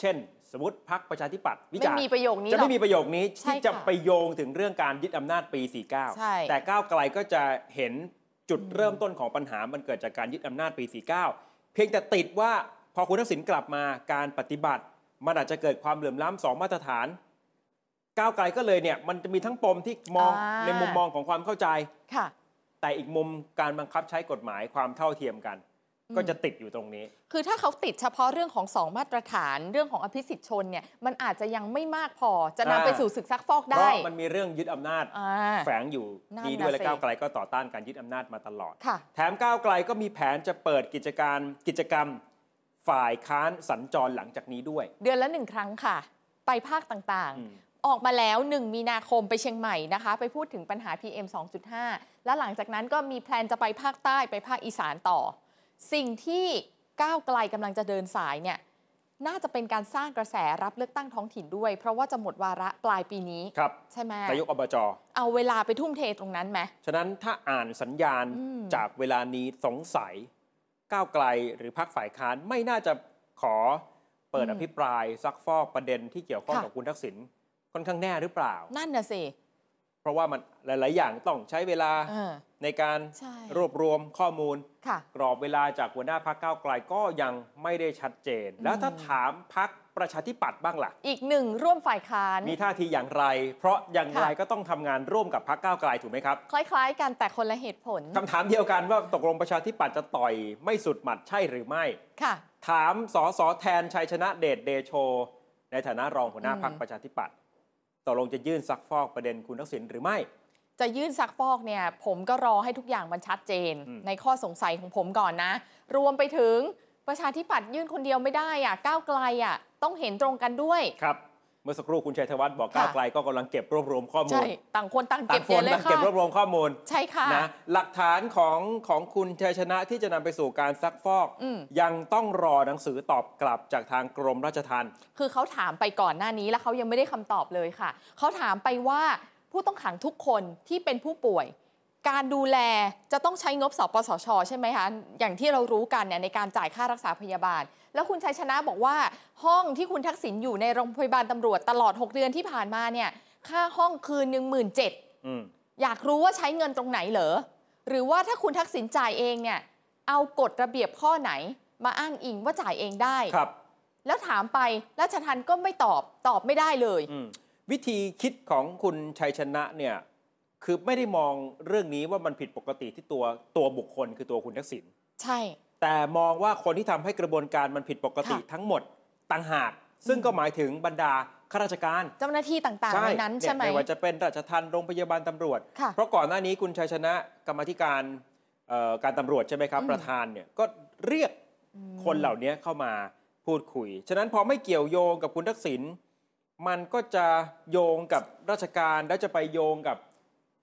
Speaker 2: เช่น สมมติพักประชาธิปัตย์วิ
Speaker 3: ไม่
Speaker 2: จารณ์
Speaker 3: มีประโยคนี้
Speaker 2: จะ
Speaker 3: หรอก
Speaker 2: ไม่มีประโยคนี้
Speaker 3: ใช่
Speaker 2: ที่จะ
Speaker 3: ค่ะ
Speaker 2: ไปโยงถึงเรื่องการยึดอำนาจปี
Speaker 3: ใช่
Speaker 2: 49 แต่ก้าวไกลก็จะเห็นจุดเริ่มต้นของปัญหามันเกิดจากการยึดอำนาจปี 49 เพียงแต่ติดว่าพอคุณทักษิณกลับมาการปฏิบัติ มันอาจจะเกิดความเหลื่อมล้ำสองมาตรฐาน ก้าวไกลก็เลยเนี่ยมันจะมีทั้งปมที่มอง
Speaker 3: อ่า
Speaker 2: ในมุมมองของความเข้าใจ
Speaker 3: ค่ะ
Speaker 2: แต่อีกมุมการบังคับใช้กฎหมายความเท่าเทียมกัน
Speaker 3: อืม
Speaker 2: ก็จะติดอยู่ตรงนี้
Speaker 3: คือถ้าเขาติดเฉพาะเรื่องของสองมาตรฐานเรื่องของอภิสิทธิ์ชนเนี่ยมันอาจจะยังไม่มากพอจะนำ
Speaker 2: อ่า
Speaker 3: ไปสู่ศึกซักฟอก
Speaker 2: เพ
Speaker 3: ได้
Speaker 2: ราะมันมีเรื่องยึดอำนาจ
Speaker 3: อ่า
Speaker 2: แฝงอยู่
Speaker 3: นั่น
Speaker 2: ดีด้วย
Speaker 3: น่ะ
Speaker 2: และ
Speaker 3: สิ
Speaker 2: ก้าวไกลก็ต่อต้านการยึดอำนาจมาตลอด
Speaker 3: ค่ะ
Speaker 2: แถมก้าวไกลก็มีแผนจะเปิดกิจการกิจกรรมฝ่ายค้านสัญจรหลังจากนี้ด้วย
Speaker 3: เดือนละหนึ่งครั้งค่ะ ไปภาคต่าง
Speaker 2: อืม
Speaker 3: ๆ ออกมาแล้ว 1 มีนาคมไปเชียงใหม่นะคะ ไปพูดถึงปัญหา PM 2.5 และหลังจากนั้นก็มีแพลนจะไปภาคใต้ไปภาคอีสานต่อ สิ่งที่ก้าวไกลกำลังจะเดินสายเนี่ย น่าจะเป็นการสร้างกระแสรับเลือกตั้งท้องถิ่นด้วย เพราะว่าจะหมดวาระปลายปีนี้
Speaker 2: ครับ
Speaker 3: ใช่ไหม
Speaker 2: นายกอบจ
Speaker 3: เอาเวลาไปทุ่มเทตรงนั้นไหม
Speaker 2: ฉะนั้นถ้าอ่านสัญญาณ
Speaker 3: อืม
Speaker 2: จากเวลานี้สงสัย ก้าวไกลหรือพักฝ่ายค้านไม่น่าจะขอเปิดอภิปรายซักฟอกประเด็นที่เกี่ยวข้องกับคุณทักษิณค่อนข้างแน่หรือเปล่า
Speaker 3: นั่นน่ะสิ
Speaker 2: เพราะว่ามันหลาย ๆ อย่างต้องใช้เวลา
Speaker 3: เออ
Speaker 2: ในการ
Speaker 3: ใช่
Speaker 2: รวบรวมข้อมูล
Speaker 3: ค่ะ
Speaker 2: กรอบเวลาจากหัวหน้าพักก้าวไกลก็ยังไม่ได้ชัดเจน แล้วถ้าถามพักประชาธิปัตย์บ้างล่ะ
Speaker 3: อีกหนึ่งร่วมฝ่ายค้าน
Speaker 2: มีท่าทีอย่างไร เพราะอย่างไร
Speaker 3: ค่ะ
Speaker 2: ก็ต้องทำงานร่วมกับพักก้าวไกลถูกไหมครับ
Speaker 3: คล้ายๆ กันแต่คนละเหตุผล
Speaker 2: คำถามเดียวกันว่าตกลงประชาธิปัตย์จะต่อยไม่สุดหมัดใช่หรือไม่
Speaker 3: ค่ะ
Speaker 2: ถามสอสอแทนชัยชนะเดชเดโช ในฐานะรองหัวหน้า
Speaker 3: อืม
Speaker 2: พักประชาธิปัตย์ตกลงจะยื่นซักฟอกประเด็นคุณทักษิณหรือไม่
Speaker 3: จะยื่นซักฟอกเนี่ย ผมก็รอให้ทุกอย่างมันชัดเจน
Speaker 2: อืม
Speaker 3: ในข้อสงสัยของผมก่อนนะ รวมไปถึงประชาธิปัตย์ยื่นคนเดียวไม่ได้อะก้าวไกลอะต้องเห็นตรงกันด้วย
Speaker 2: ครับ เมื่อสักครู่คุณชัยธวัฒน์บอก
Speaker 3: ค่ะ
Speaker 2: ก้าวไกลก็กำลังเก็บรวบรวมข้อมู
Speaker 3: ใช่
Speaker 2: ล
Speaker 3: ต่างคนต่าง
Speaker 2: ต่า
Speaker 3: เก็บ
Speaker 2: งค
Speaker 3: เดี๋ย
Speaker 2: น
Speaker 3: วเลย
Speaker 2: ต่าง
Speaker 3: ค่ะ
Speaker 2: เก็บรวบรวมข้อมูล
Speaker 3: ใช่ค่ะ
Speaker 2: นะหลักฐานของของคุณชัยชนะที่จะนำไปสู่การซักฟอก
Speaker 3: อืม
Speaker 2: ยังต้องรอหนังสือตอบกลับจากทางกรมราชทัณฑ์
Speaker 3: คือเขาถามไปก่อนหน้านี้แล้วเขายังไม่ได้คำตอบเลยค่ะ เขาถามไปว่าผู้ต้องขังทุกคนที่เป็นผู้ป่วย การดูแลจะต้องใช้งบสปสช ใช่ไหมคะ อย่างที่เรารู้กันเนี่ยในการจ่ายค่ารักษาพยาบาล แล้วคุณชัยชนะบอกว่า ห้องที่คุณทักษิณอยู่ในโรงพยาบาลตำรวจตลอด 6 เดือนที่ผ่านมาเนี่ยค่าห้องคืนหนึ่งหมื่นเจ็ด
Speaker 2: อืม
Speaker 3: อยากรู้ว่าใช้เงินตรงไหนเหรอ หรือว่าถ้าคุณทักษิณจ่ายเองเนี่ย เอากฎระเบียบข้อไหน มาอ้างอิงว่าจ่ายเองได้
Speaker 2: ครับ
Speaker 3: แล้วถามไปราชทันก็ไม่ตอบตอบไม่ได้เลย
Speaker 2: อืมวิธีคิดของคุณชัยชนะเนี่ย คือไม่ได้มองเรื่องนี้ว่ามันผิดปกติที่ตัวตัวบุคคลคือตัวคุณทักษิณ
Speaker 3: ใช่
Speaker 2: แต่มองว่าคนที่ทำให้กระบวนการมันผิดปกติ
Speaker 3: ค่ะ
Speaker 2: ทั้งหมดต่างหาก ซึ่งก็หมายถึงบรรดาข้าราชการ
Speaker 3: เจ้าหน้าที่ต่างๆในนั้นใช่ไหม
Speaker 2: เยว่าจะเป็นราชทัณฑ์โรงพยาบาลตำรวจ
Speaker 3: ค่ะ
Speaker 2: เพราะก่อนหน้านี้คุณชัยชนะกรรมาธิการเอ่อการตำรวจใช่ไหมครับ
Speaker 3: อืม
Speaker 2: ประธานเนี่ยก็เรียกคนเหล่านี้เข้ามาพูดคุย ฉะนั้นพอไม่เกี่ยวโยงกับคุณทักษิณมันก็จะโยงกับราชการแล้วจะไปโยงกับ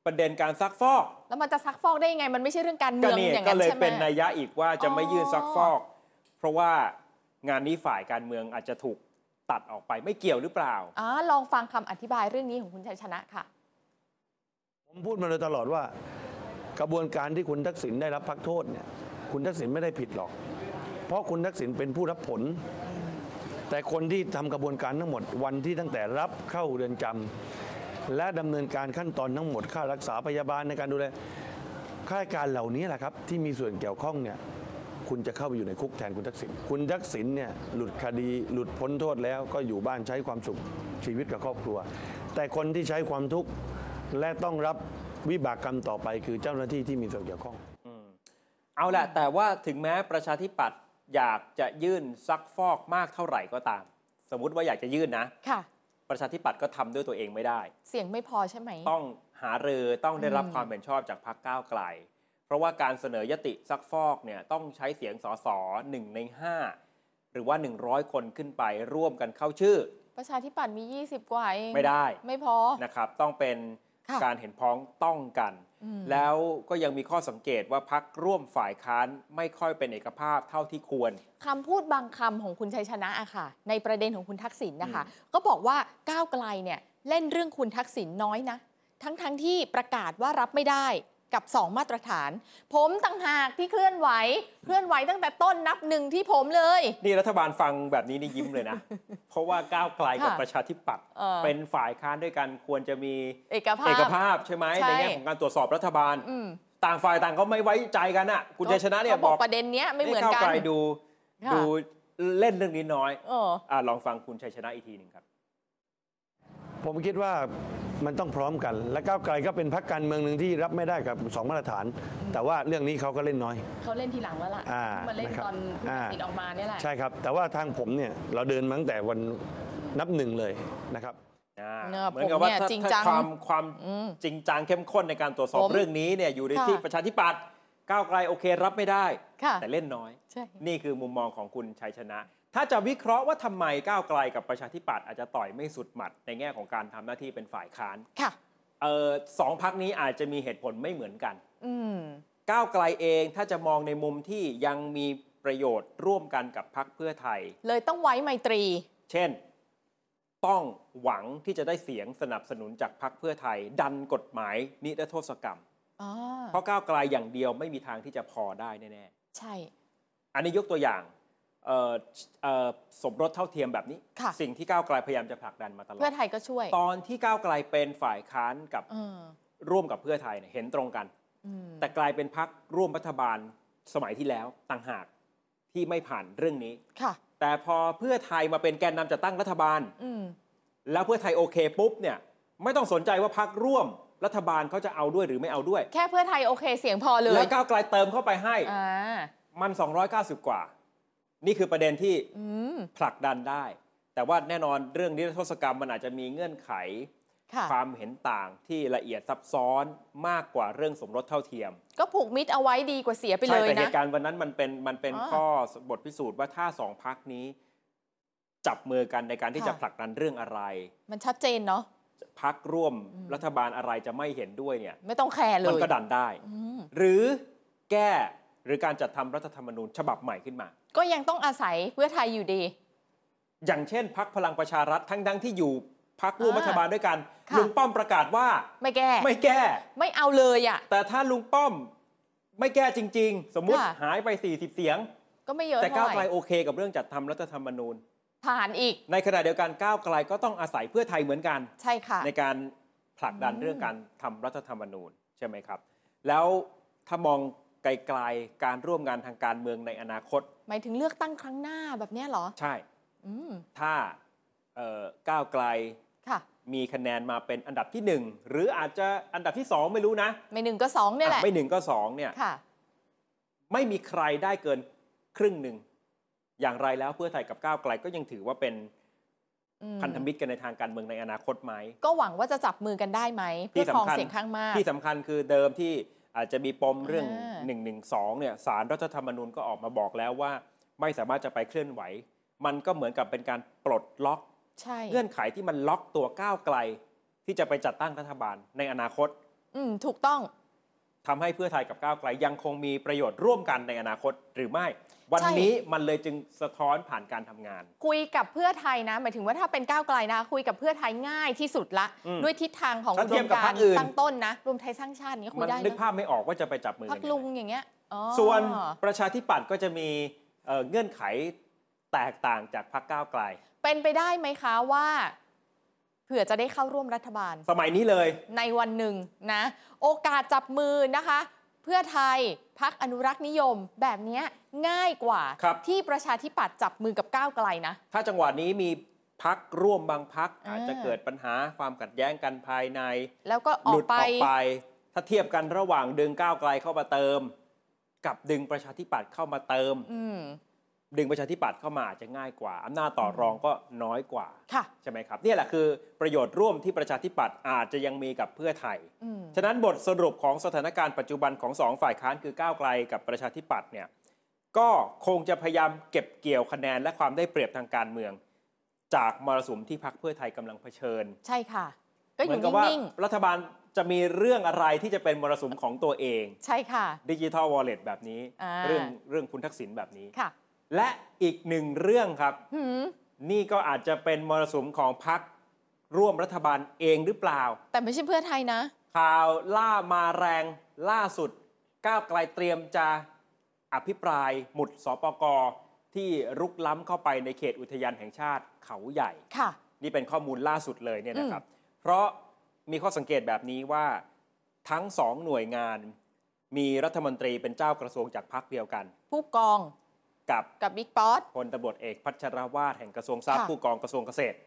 Speaker 2: ประเด็นการซักฟอก
Speaker 3: แล้วมันจะซักฟอกได้ยังไง มันไม่ใช่เรื่องการเมื
Speaker 2: ก็
Speaker 3: อง
Speaker 2: นี่
Speaker 3: อย่าง
Speaker 2: ก็
Speaker 3: นั้น
Speaker 2: เลย
Speaker 3: ใช่ไหม
Speaker 2: เป็นนัยยะอีกว่าจะไม่ยื่นซักฟอก เพราะว่างานนี้ฝ่ายการเมืองอาจจะถูกตัดออกไปไม่เกี่ยวหรือเปล่า
Speaker 3: อ่าลองฟังคำอธิบายเรื่องนี้ของคุณชัยชนะค่ะ
Speaker 4: ผมพูดมาโดยตลอดว่ากระบวนการที่คุณทักษิณได้รับพักโทษเนี่ยคุณทักษิณไม่ได้ผิดหรอก เพราะคุณทักษิณเป็นผู้รับผล แต่คนที่ทำกระบวนการทั้งหมดวันที่ตั้งแต่รับเข้าเรือนจำและดำเนินการขั้นตอนทั้งหมดค่ารักษาพยาบาลในการดูแลข้าราชการเหล่านี้แหละครับ ที่มีส่วนเกี่ยวข้องเนี่ยคุณจะเข้าไปอยู่ในคุกแทนคุณทักษิณคุณทักษิณเนี่ยหลุดคดีหลุดพ้นโทษแล้วก็อยู่บ้านใช้ความสุขชีวิตกับครอบครัว แต่คนที่ใช้ความทุกข์และต้องรับวิบากกรรมต่อไปคือเจ้าหน้าที่ที่มีส่วนเกี่ยวข้อง
Speaker 2: เอาแหละแต่ว่าถึงแม้ประชาธิปัตย์อยากจะยื่นซักฟอกมากเท่าไหร่ก็ตาม สมมติว่าอยากจะยื่นนะ
Speaker 3: ค่ะ
Speaker 2: ประชาธิปัตย์ก็ทำด้วยตัวเองไม่ได้
Speaker 3: เสียงไม่พอใช่ไหม
Speaker 2: ต้องหารือต้องได้รับ
Speaker 3: อืม
Speaker 2: ความเห็นชอบจากพรรคก้าวไกล เพราะว่าการเสนอยติซักฟอกเนี่ยต้องใช้เสียงสสหนึ่งใน 5 หรือว่า 100 คนขึ้นไปร่วมกันเข้าชื่อ
Speaker 3: ประชาธิปัตย์มี 20 กว่าเอง
Speaker 2: ไม่ได้
Speaker 3: ไม่พอ
Speaker 2: นะครับ ต้องเป็น
Speaker 3: ค่ะ
Speaker 2: การเห็นพ้องต้องกัน
Speaker 3: อืม
Speaker 2: แล้วก็ยังมีข้อสังเกตว่าพักร่วมฝ่ายค้านไม่ค่อยเป็นเอกภาพเท่าที่ควร
Speaker 3: คำพูดบางคำของคุณชัยชนะอะค่ะ ในประเด็นของคุณทักษิณนะคะ ก็บอกว่าก้าวไกลเนี่ยเล่นเรื่องคุณทักษิณน้อยนะ ทั้งๆที่ประกาศว่ารับไม่ได้ กับ 2 มาตรฐาน ผมต่างหากที่เคลื่อนไหว เคลื่อนไหวตั้งแต่ต้นนับหนึ่งที่ผมเลย
Speaker 2: นี่รัฐบาลฟังแบบนี้นี่ยิ้มเลย นะ เพราะว่าก้าวไกลกับ
Speaker 3: ค่ะ
Speaker 2: ประชาธิปัตย์
Speaker 3: เออ
Speaker 2: เป็นฝ่ายค้านด้วยกันควรจะมี
Speaker 3: เอกภาพ
Speaker 2: เอกภาพใช่ไหม
Speaker 3: ใช่
Speaker 2: ในแง่ของการตรวจสอบรัฐบาล
Speaker 3: อืม
Speaker 2: ต่างฝ่ายต่างก็ไม่ไว้ใจกันอ่ะ คุณชัยชนะเนี่ย
Speaker 3: ขา
Speaker 2: บบ อ
Speaker 3: อก กประเด็นเนี้ยไม่เหมือน
Speaker 2: ก้าว
Speaker 3: กั
Speaker 2: ไก
Speaker 3: น
Speaker 2: ลดู
Speaker 3: ค่ะ
Speaker 2: ดูเล่นเรื่องนี้น้อย
Speaker 3: เออ
Speaker 2: อ่ะลองฟังคุณชัยชนะอีกทีหนึ่งครับ
Speaker 4: ผมคิดว่ามันต้องพร้อมกัน และก้าวไกลก็เป็นพรรคการเมืองหนึ่งที่รับไม่ได้กับสองมาตรฐาน แต่ว่าเรื่องนี้เขาก็เล่นน้อย
Speaker 5: เขาเล่นทีหลังแล้วล่ะ
Speaker 4: อ่า
Speaker 5: มาเล่น
Speaker 4: นะครับ
Speaker 5: ตอนคุณ
Speaker 4: อ่า
Speaker 5: ตัดสินออกมาเนี่ยแหละ
Speaker 4: ใช่ครับ แต่ว่าทางผมเนี่ยเราเดินมาตั้งแต่วันนับหนึ่งเลยนะครับ
Speaker 2: อ่า
Speaker 3: เนี่ย
Speaker 2: เหมือนกับว่า
Speaker 3: ผมเนี่ย
Speaker 2: ถ้า
Speaker 3: จริงจั
Speaker 2: ถ้างความความ
Speaker 3: อืม
Speaker 2: จริงจังเข้มข้นในการตรวจสอบ
Speaker 3: ผม
Speaker 2: เรื่องนี้เนี่ยอยู่ใน
Speaker 3: ค่ะ
Speaker 2: ที่ประชาธิปัตย์ก้าวไกลโอเครับไม่ได้
Speaker 3: ค่ะ
Speaker 2: แต่เล่นน้อย
Speaker 3: ใช่
Speaker 2: นี่คือมุมมองของคุณชัยชนะ ถ้าจะวิเคราะห์ว่าทำไมก้าวไกลกับประชาธิปัตย์อาจจะต่อยไม่สุดหมัด ในแง่ของการทำหน้าที่เป็นฝ่ายค้าน
Speaker 3: ค่ะ
Speaker 2: เออสองพักนี้อาจจะมีเหตุผลไม่เหมือนกัน
Speaker 3: อืม
Speaker 2: ก้าวไกลเองถ้าจะมองในมุมที่ยังมีประโยชน์ร่วมกันกับพักเพื่อไทย
Speaker 3: เลยต้องไว้ไมตรี
Speaker 2: เช่น ต้องหวังที่จะได้เสียงสนับสนุนจากพรรคเพื่อไทย ดันกฎหมายนิรโทษกรรม
Speaker 3: อ๋อ
Speaker 2: เพราะก้าวไกลอย่างเดียวไม่มีทางที่จะพอได้แน่
Speaker 3: ใช่
Speaker 2: ๆ อันนี้ยกตัวอย่างเอ่อเอ่อสมรสเท่าเทียมแบบนี้
Speaker 3: ค่ะ
Speaker 2: สิ่งที่ก้าวไกลพยายามจะผลักดันมาตลอด
Speaker 3: เพื่อไทยก็ช่วย
Speaker 2: ตอนที่ก้าวไกลเป็นฝ่ายค้านกับ
Speaker 3: เออ
Speaker 2: ร่วมกับเพื่อไทยเนี่ยเห็นตรงกัน
Speaker 3: อืม
Speaker 2: แต่กลายเป็นพักร่วมรัฐบาลสมัยที่แล้วต่างหากที่ไม่ผ่านเรื่องนี้
Speaker 3: ค่ะ
Speaker 2: แต่พอเพื่อไทยมาเป็นแกนนำจัดตั้งรัฐบาล
Speaker 3: อืม
Speaker 2: แล้วเพื่อไทยโอเคปุ๊บเนี่ยไม่ต้องสนใจว่าพักร่วมรัฐบาลเขาจะเอาด้วยหรือไม่เอาด้วย
Speaker 3: แค่เพื่อไทยโอเคเสียงพอเลย
Speaker 2: แล้วก้าวไกลเติมเข้าไปให้
Speaker 3: อ่า
Speaker 2: มัน 290 กว่า นี่คือประเด็นที่
Speaker 3: อืม
Speaker 2: ผลักดันได้ แต่ว่าแน่นอนเรื่องนิรโทษกรรมมันอาจจะมีเงื่อนไข
Speaker 3: ค่ะ
Speaker 2: ความเห็นต่างที่ละเอียดซับซ้อนมากกว่าเรื่องสมรสเท่าเทียม
Speaker 3: ก็ผูกมิตรเอาไว้ดีกว่าเสียไป
Speaker 2: ใช่
Speaker 3: เลย
Speaker 2: แต่เห
Speaker 3: นะ
Speaker 2: ตุการณ์วันนั้นมันเป็นมันเป็น
Speaker 3: อ่า
Speaker 2: ข้อบทพิสูจน์ว่าถ้าสองพักนี้ จับมือกันในการที่
Speaker 3: ค่ะ
Speaker 2: จะผลักดันเรื่องอะไร
Speaker 3: มันชัดเจนเนาะ
Speaker 2: พักร่วม
Speaker 3: อืม
Speaker 2: รัฐบาลอะไรจะไม่เห็นด้วยเนี่ย
Speaker 3: ไม่ต้องแคร์เล
Speaker 2: มัน
Speaker 3: ย
Speaker 2: ก็ดันได้
Speaker 3: อืม
Speaker 2: หรือแก้หรือการจัดทำรัฐธรรมนูญฉบับใหม่ขึ้นมา
Speaker 3: ก็ยังต้องอาศัยเพื่อไทยอยู่ดี
Speaker 2: อย่างเช่น พักพลังประชารัฐทั้งดังๆที่อยู่พักร่วม
Speaker 3: อ่า
Speaker 2: รัฐบาลด้วยกัน
Speaker 3: ค่ะ
Speaker 2: ลุงป้อมประกาศว่า
Speaker 3: ไม่แก้
Speaker 2: ไม่แก้
Speaker 3: ไม่เอาเลยอ่ะ
Speaker 2: แต่ถ้าลุงป้อมไม่แก้จริง ๆ สมมุติ
Speaker 3: ค่ะ
Speaker 2: หายไป 40 เสียง
Speaker 3: ก็ไม่เยอะ
Speaker 2: แต่
Speaker 3: เท่า
Speaker 2: ก้าว
Speaker 3: ไห
Speaker 2: ไกล
Speaker 3: ร่
Speaker 2: โอเคกับเรื่องจัดทำรัฐธรรมนูญ
Speaker 3: ผ่านอีก
Speaker 2: ในขณะเดียวกันก้าวไกลก็ต้องอาศัยเพื่อไทยเหมือนกัน
Speaker 3: ใช่ค่ะ
Speaker 2: ในการผลักดัน
Speaker 3: อืม
Speaker 2: เรื่องการทำรัฐธรรมนูญใช่ไหมครับ แล้วถ้ามองไกลๆการร่วมงานทางการเมืองในอนาคต
Speaker 3: หมายถึงเลือกตั้งครั้งหน้าแบบเนี้ยเหรอ
Speaker 2: ใช่
Speaker 3: อืม
Speaker 2: ถ้าเอ่อก้าวไกล
Speaker 3: ค่ะ
Speaker 2: มีคะแนนมาเป็นอันดับที่หนึ่งหรืออาจจะอันดับที่สองไม่รู้นะ
Speaker 3: ไม่หนึ่งก็สองเนี่ยแห
Speaker 2: อ่ะ
Speaker 3: ละ
Speaker 2: ไม่หนึ่งก็สองเนี่ย
Speaker 3: ค่ะ
Speaker 2: ไม่มีใครได้เกินครึ่งหนึ่ง อย่างไรแล้วเพื่อไทยกับก้าวไกลก็ยังถือว่าเป็น
Speaker 3: อืม
Speaker 2: พันธมิตรกันในทางการเมืองในอนาคตไหม
Speaker 3: ก็หวังว่าจะจับมือกันได้ไหมเพื่อครองเสียงข้างมาก
Speaker 2: ที่สำคัญคือเดิมที่อาจจะมีปมเรื่อง
Speaker 3: อ่า
Speaker 2: 1 1 2เนี่ยสารรัฐธรรมนูญก็ออกมาบอกแล้วว่า ไม่สามารถจะไปเคลื่อนไหว มันก็เหมือนกับเป็นการปลดล็อก
Speaker 3: ใช่
Speaker 2: เงื่อนไขที่มันล็อกตัวก้าวไกล ที่จะไปจัดตั้งรัฐบาลในอนาคต
Speaker 3: อืม ถูกต้อง
Speaker 2: ทำให้เพื่อไทยกับก้าวไกล ยังคงมีประโยชน์ร่วมกันในอนาคตหรือไม่ วัน
Speaker 3: ใช่
Speaker 2: นี้มันเลยจึงสะท้อนผ่านการทำงาน
Speaker 3: คุยกับเพื่อไทยนะ หมายถึงว่าถ้าเป็นก้าวไกลนะ คุยกับเพื่อไทยง่ายที่สุดละ
Speaker 2: อืม
Speaker 3: ด้วยทิศทางของ
Speaker 2: ถ้าเทียบกับ
Speaker 3: การ
Speaker 2: พรรคอื่น
Speaker 3: ตั้งต้นนะ รวมไทยสร้างชาติอย่างเนี้ยคุ
Speaker 2: มั
Speaker 3: ย
Speaker 2: น
Speaker 3: ได้
Speaker 2: นึก
Speaker 3: นะ
Speaker 2: ภาพไม่ออกว่าจะไปจับมือ
Speaker 3: พั
Speaker 2: กันยัง
Speaker 3: ก
Speaker 2: ไง
Speaker 3: ลุงอย่างเงี้ยอ๋อ
Speaker 2: ส่วนประชาธิปัตย์ก็จะมีเอ่อเงื่อนไขแตกต่างจากพรรคก้าวไกล
Speaker 3: เป็นไปได้ไหมคะว่าเผื่อจะได้เข้าร่วมรัฐบาล
Speaker 2: สมัยนี้เลย
Speaker 3: ในวันหนึ่งนะ โอกาสจับมือนะคะ เพื่อไทยพักอนุรักษ์นิยมแบบเนี้ยง่ายกว่า
Speaker 2: ครับ
Speaker 3: ที่ประชาธิปัตย์จับมือกับก้าวไกลนะ
Speaker 2: ถ้าจังหวะนี้มีพักร่วมบางพัก
Speaker 3: อ่า
Speaker 2: อาจจะเกิดปัญหาความขัดแย้งกันภายใน
Speaker 3: แล้วก็อ
Speaker 2: ห
Speaker 3: อ
Speaker 2: ลุ
Speaker 3: ก
Speaker 2: ด
Speaker 3: ไป
Speaker 2: ออกไป ถ้าเทียบกันระหว่างดึงก้าวไกลเข้ามาเติม กับดึงประชาธิปัตย์เข้ามาเติม
Speaker 3: อืม
Speaker 2: ดึงประชาธิปัตย์เข้ามาอาจจะง่ายกว่าอำนาจต่อรองก็น้อยกว่า
Speaker 3: ค่ะ
Speaker 2: ใช่ไหมครับเนี่ยแหละคือประโยชน์ร่วมที่ประชาธิปัตย์อาจจะยังมีกับเพื่อไทย
Speaker 3: อืม
Speaker 2: ฉะนั้นบทสรุปของสถานการณ์ปัจจุบันของสองฝ่ายค้านคือก้าวไกลกับประชาธิปัตย์เนี่ยก็คงจะพยายามเก็บเกี่ยวคะแนนและความได้เปรียบทางการเมือง จากมรสุมที่พักเพื่อไทยกำลังเผชิญ
Speaker 3: ใช่ค่ะ ก็อ
Speaker 2: เหมื
Speaker 3: ยู่
Speaker 2: นกับว่า
Speaker 3: นิ่ง
Speaker 2: รัฐบาลจะมีเรื่องอะไรที่จะเป็นมรสุมของตัวเอง
Speaker 3: ๆ ใช่ค่ะ
Speaker 2: ดิจิทัลวอลเล็ตแบบนี้
Speaker 3: อ่า
Speaker 2: เรื่องเรื่องคุณทักษิณแบบนี้
Speaker 3: ค่ะ
Speaker 2: และอีกหนึ่งเรื่องครับ
Speaker 3: หืม
Speaker 2: นี่ก็อาจจะเป็นมรสุมของพักร่วมรัฐบาลเองหรือเปล่า
Speaker 3: แต่ไม่ใช่เพื่อไทยนะ
Speaker 2: ข่าวล่ามาแรงล่าสุด ก้าวไกลเตรียมจะอภิปรายหมุดสปกที่รุกล้ำเข้าไปในเขตอุทยานแห่งชาติเขาใหญ่
Speaker 3: ค่ะ
Speaker 2: นี่เป็นข้อมูลล่าสุดเลยเนี่ยนะครับ เพราะมีข้อสังเกตแบบนี้ว่าทั้งสองหน่วยงาน มีรัฐมนตรีเป็นเจ้ากระทรวงจากพรรคเดียวกัน
Speaker 3: ผู้กอง
Speaker 2: กับ
Speaker 3: กับบิ๊กป๊อต
Speaker 2: พลตำรวจเอกพัชรวาทแห่งกระทรวงทรัพย์
Speaker 3: ค่ะ
Speaker 2: ผู้กองกระทรวงเกษตร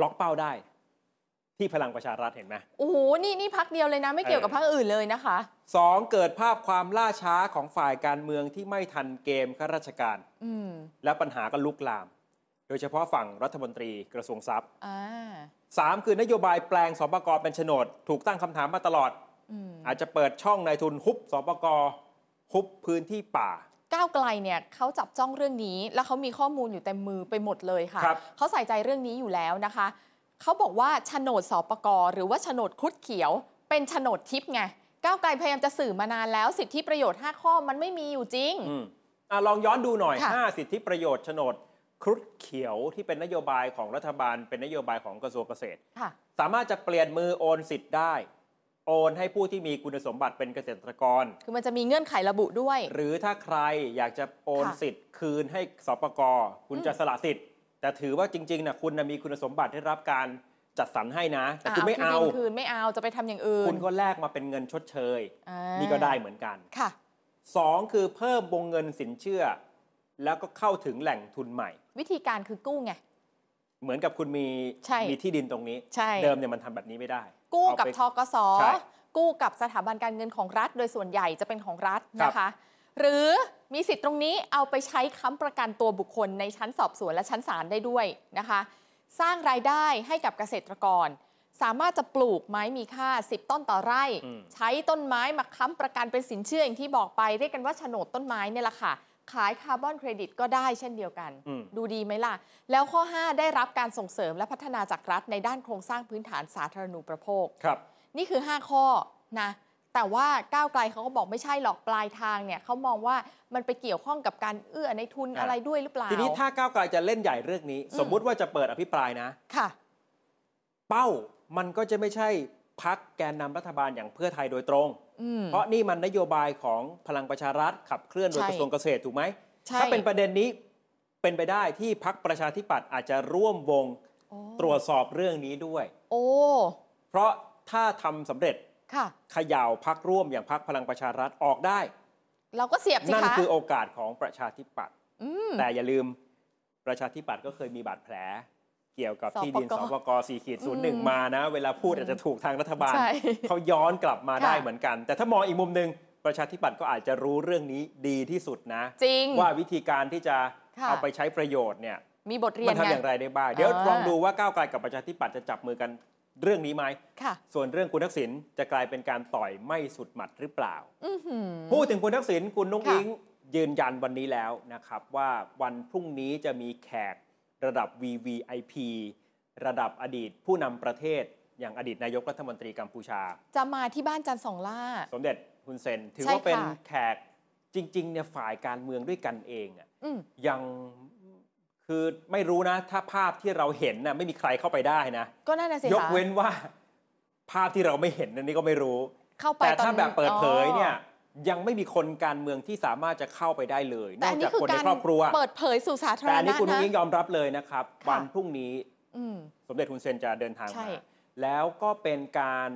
Speaker 2: ล็อกเป้าได้ ที่พลังประชารัฐเห็นไหม
Speaker 3: โอ้โห นี่นี่พักเดียวเลยนะ ไม่เกี่ยวกับ
Speaker 2: เออ
Speaker 3: พักอื่นเลยนะคะ
Speaker 2: สองเกิดภาพความล่าช้าของฝ่ายการเมืองที่ไม่ทันเกมข้าราชการ
Speaker 3: อืม
Speaker 2: และปัญหาก็ลุกลาม โดยเฉพาะฝั่งรัฐมนตรีกระทรวงทรัพย์
Speaker 3: อ่า
Speaker 2: สามคือนโยบายแปลงสปกเป็นโฉนด ถูกตั้งคำถามมาตลอด
Speaker 3: อืม
Speaker 2: อาจจะเปิดช่องนายทุนฮุบสปกฮุบพื้นที่ป่า
Speaker 3: ก้าวไกลเนี่ยเขาจับจ้องเรื่องนี้ แล้วเขามีข้อมูลอยู่เต็มมือไปหมดเลยค่ะ
Speaker 2: ครับ
Speaker 3: เขาใส่ใจเรื่องนี้อยู่แล้วนะคะ เขาบอกว่าโฉนดสปกรหรือว่าโฉนดครุดเขียว เป็นโฉนดทิพย์ไง ก้าวไกลพยายามจะสื่อมานานแล้วสิทธิประโยชน์ 5 ข้อมันไม่มีอยู่จริง
Speaker 2: อืมอ่ะลองย้อนดูหน่อย
Speaker 3: ค่ะ
Speaker 2: 5 สิทธิประโยชน์โฉนด ครุฑเขียวที่เป็นนโยบายของรัฐบาล เป็นนโยบายของกระทรวงเกษตร
Speaker 3: ค่ะ
Speaker 2: สามารถจะเปลี่ยนมือโอนสิทธิ์ได้ โอนให้ผู้ที่มีคุณสมบัติเป็นเกษตรกร
Speaker 3: คือมันจะมีเงื่อนไขระบุด้วย
Speaker 2: หรือถ้าใครอยากจะโอน
Speaker 3: ค่ะ
Speaker 2: สิทธิ์คืนให้สปกคุณจะสละสิทธิ์ แต่ถือว่าจริงๆนะคุณนะมีคุณสมบัติได้รับการจัดสรรให้นะ แต่
Speaker 3: ะ
Speaker 2: คุณไม่เอา
Speaker 3: ที่ดินคืนไม่เอาจะไปทำอย่างอื่น
Speaker 2: คุณก็แลกมาเป็นเงินชดเชย
Speaker 3: อ่า
Speaker 2: นี่ก็ได้เหมือนกัน
Speaker 3: ค่ะ
Speaker 2: 2 คือเพิ่มวงเงินสินเชื่อ แล้วก็เข้าถึงแหล่งทุนใหม่
Speaker 3: วิธีการคือกู้ไง
Speaker 2: เหมือนกับคุณมี
Speaker 3: ใช่
Speaker 2: มีที่ดินตรงนี้
Speaker 3: ใช่
Speaker 2: เดิมเนี่ยมันทำแบบนี้ไม่ได้
Speaker 3: กู้
Speaker 2: เอา
Speaker 3: กับ
Speaker 2: ไป
Speaker 3: ทกส
Speaker 2: ใช่
Speaker 3: กู้กับสถาบันการเงินของรัฐ โดยส่วนใหญ่จะเป็นของรัฐนะคะ หรือมีสิทธิ์ตรงนี้เอาไปใช้ค้ำประกันตัวบุคคลในชั้นสอบสวนและชั้นศาลได้ด้วยนะคะ สร้างรายได้ให้กับเกษตรกร สามารถจะปลูกไม้มีค่า 10 ต้นต่อไร่
Speaker 2: อืม
Speaker 3: ใช้ต้นไม้มาค้ำประกันเป็นสินเชื่ออย่างที่บอกไปเรียกกันว่าโฉนดต้นไม้เนี่ยแหละค่ะ ขายคาร์บอนเครดิตก็ได้เช่นเดียวกัน
Speaker 2: อืม
Speaker 3: ดูดีไหมล่ะ แล้วข้อ 5 ได้รับการส่งเสริมและพัฒนาจากรัฐในด้านโครงสร้างพื้นฐานสาธารณูปโภค
Speaker 2: ครับ
Speaker 3: นี่คือ 5 ข้อนะ แต่ว่าก้าวไกลเขาก็บอกไม่ใช่หรอกปลายทางเนี่ยเขามองว่ามันไปเกี่ยวข้องกับการเอื้อในทุน
Speaker 2: อ่ะ
Speaker 3: อะไรด้วยหรือเปล่า
Speaker 2: ทีนี้ถ้าก้าวไกลจะเล่นใหญ่เรื่องนี้
Speaker 3: อืม
Speaker 2: สมมุติว่าจะเปิดอภิปรายนะ
Speaker 3: ค่ะ
Speaker 2: เป้ามันก็จะไม่ใช่พักแกนนำรัฐบาลอย่างเพื่อไทยโดยตรง
Speaker 3: อืม
Speaker 2: เพราะนี่มันนโยบายของพลังประชารัฐขับเคลื่อนโดย
Speaker 3: ใช่
Speaker 2: กระทรวงเกษตรถูกไหม
Speaker 3: ใช่
Speaker 2: ถ้าเป็นประเด็นนี้เป็นไปได้ที่พักประชาธิปัตย์อาจจะร่วมวง
Speaker 3: โอ้
Speaker 2: ตรวจสอบเรื่องนี้ด้วย
Speaker 3: โอ้
Speaker 2: เพราะถ้าทำสำเร็จ
Speaker 3: ค่ะ
Speaker 2: เขย่าวพักร่วมอย่างพักพลังประชารัฐออกได้
Speaker 3: เราก็เสียบสิ
Speaker 2: นั่น
Speaker 3: คะ
Speaker 2: คือโอกาสของประชาธิปัตย์
Speaker 3: อืม
Speaker 2: แต่อย่าลืมประชาธิปัตย์ก็เคยมีบาดแผล เกี่ยวกับ
Speaker 3: สปก
Speaker 2: ที่ดินสปก4ขีด
Speaker 3: อื
Speaker 2: ศูนย์หนึ่ง
Speaker 3: ม
Speaker 2: มานะ เวลาพูด
Speaker 3: อืม
Speaker 2: อาจจะถูกทางรัฐบาล
Speaker 3: ใช่
Speaker 2: เขาย้อนกลับมา
Speaker 3: ค่ะ
Speaker 2: ได้เหมือนกัน แต่ถ้ามองอีกมุมหนึ่งประชาธิปัตย์ก็อาจจะรู้เรื่องนี้ดีที่สุดนะ
Speaker 3: จริง
Speaker 2: ว่าวิธีการที่จะ
Speaker 3: ค่ะ
Speaker 2: เอาไปใช้ประโยชน์เนี่ย
Speaker 3: มีบทเรีย
Speaker 2: มัน น
Speaker 3: ไง
Speaker 2: ทำอย่างไรได้บ้าง เดี๋ยว
Speaker 3: อ่า
Speaker 2: ลองดูว่าก้าวไกลกับประชาธิปัตย์จะจับมือกันเรื่องนี้ไหม
Speaker 3: ค่ะ
Speaker 2: ส่วนเรื่องคุณทักษิณจะกลายเป็นการต่อยไม่สุดหมัดหรือเปล่า
Speaker 3: อือหือ
Speaker 2: พูดถึงคุณทักษิณคุณนุ้ง
Speaker 3: ค่ะ
Speaker 2: อิงยืนยันวันนี้แล้วนะครับ ว่าวันพรุ่งนี้จะมีแขกระดับ VVIP ระดับอดีตผู้นำประเทศ อย่างอดีตนายกรัฐมนตรีกัมพูชา
Speaker 3: จะมาที่บ้านจันทร์สองล่า
Speaker 2: สมเด็จฮุนเซนถือ
Speaker 3: ใช่
Speaker 2: ว่าเป็น
Speaker 3: ค่ะ
Speaker 2: แขกจริงๆเนี่ยฝ่ายการเมืองด้วยกันเองอะ
Speaker 3: อืม
Speaker 2: ยังคือไม่รู้นะ ถ้าภาพที่เราเห็นนะไม่มีใครเข้าไปได้นะ
Speaker 3: ก็นั่นน่ะสิ
Speaker 2: ยก
Speaker 3: คะ
Speaker 2: เว้นว่า ภาพที่เราไม่เห็นนั่นนี่ก็ไม่รู้
Speaker 3: เข้าไป
Speaker 2: แต่
Speaker 3: ตอน
Speaker 2: ถ้าแบบเปิดเผยเนี่ย
Speaker 3: อ๋อ
Speaker 2: ยังไม่มีคนการเมืองที่สามารถจะเข้าไปได้เลยนอ
Speaker 3: แต่
Speaker 2: ก
Speaker 3: อัน
Speaker 2: จา
Speaker 3: นี้
Speaker 2: ก
Speaker 3: คือ
Speaker 2: คน
Speaker 3: กา
Speaker 2: ใน
Speaker 3: ร
Speaker 2: ครอบครัว
Speaker 3: เปิดเผยสู่สาธาร
Speaker 2: แต่อัน
Speaker 3: ณะ
Speaker 2: นี้คุณ
Speaker 3: นะ
Speaker 2: ยิ่งยอมรับเลยนะครับ
Speaker 3: ค่ะ
Speaker 2: วันพรุ่งนี้
Speaker 3: อืม
Speaker 2: สมเด็จทุนเซนจะเดินทาง
Speaker 3: ใช่
Speaker 2: มาแล้วก็เป็นการ